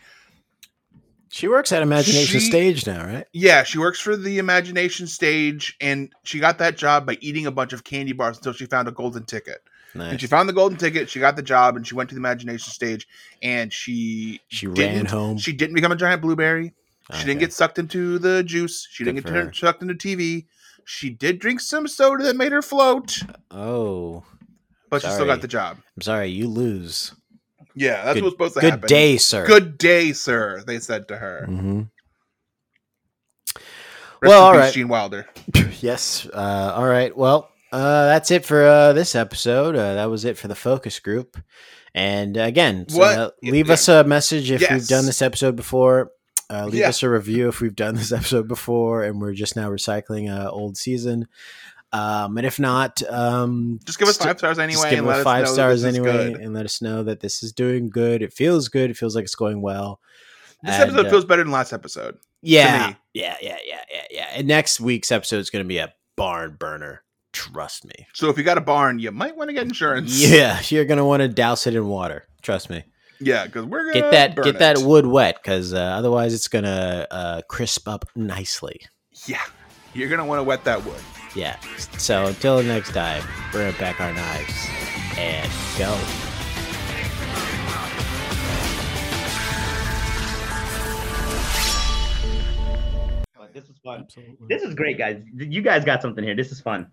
Speaker 2: She works at Imagination
Speaker 3: She-
Speaker 2: Stage now, right?
Speaker 3: yeah she works for the imagination stage and she got that job by eating a bunch of candy bars until she found a golden ticket and
Speaker 2: Nice.
Speaker 3: she found the golden ticket she got the job and she went to the imagination stage and she
Speaker 2: She ran
Speaker 3: didn't-
Speaker 2: home.
Speaker 3: she didn't become a giant blueberry She
Speaker 2: Okay.
Speaker 3: didn't get sucked into the juice. She
Speaker 2: Good
Speaker 3: didn't
Speaker 2: for
Speaker 3: get
Speaker 2: her.
Speaker 3: tur- sucked into TV. She did drink some soda that made her float,
Speaker 2: Oh,
Speaker 3: but she still
Speaker 2: Sorry.
Speaker 3: got the job.
Speaker 2: I'm sorry, you lose.
Speaker 3: Yeah, that's
Speaker 2: Good-
Speaker 3: what's supposed to
Speaker 2: Good
Speaker 3: happen.
Speaker 2: day, sir.
Speaker 3: Good day, sir. They said to her.
Speaker 2: Mhm.
Speaker 3: Rest
Speaker 2: Well,
Speaker 3: in
Speaker 2: all
Speaker 3: peace,
Speaker 2: right.
Speaker 3: Gene Wilder.
Speaker 2: Yes. Uh, all right. Well, uh, that's it for uh, this episode. Uh, that was it for the focus group. And again, so,
Speaker 3: What-
Speaker 2: uh, leave
Speaker 3: yeah.
Speaker 2: us a message if
Speaker 3: Yes.
Speaker 2: we've done this episode before. Uh, leave
Speaker 3: Yeah.
Speaker 2: us a review if we've done this episode before, and we're just now recycling a old season. Um, and if not, um,
Speaker 3: Just give us
Speaker 2: st-
Speaker 3: five stars anyway.
Speaker 2: just give
Speaker 3: and
Speaker 2: it
Speaker 3: let
Speaker 2: a
Speaker 3: us
Speaker 2: five
Speaker 3: know that
Speaker 2: stars
Speaker 3: this is
Speaker 2: anyway,
Speaker 3: good.
Speaker 2: and let us know that this is doing good. It feels good. It feels like it's going well.
Speaker 3: This
Speaker 2: And,
Speaker 3: episode
Speaker 2: uh,
Speaker 3: feels better than last episode.
Speaker 2: yeah,
Speaker 3: me.
Speaker 2: yeah, yeah, yeah, yeah, yeah. And next week's episode is going to be a barn burner. Trust me.
Speaker 3: So if you got a barn, you might want to get insurance.
Speaker 2: Yeah, you're going to want to douse it in water. Trust me.
Speaker 3: yeah, because we're gonna
Speaker 2: Get that,
Speaker 3: burn
Speaker 2: get that
Speaker 3: it.
Speaker 2: wood wet, because uh, otherwise it's going to uh, crisp up nicely.
Speaker 3: yeah, you're gonna want to wet that wood.
Speaker 2: Yeah. So until next time, we're going to back our knives and go.
Speaker 12: This was fun. This is great, guys. You guys got something here. This is fun.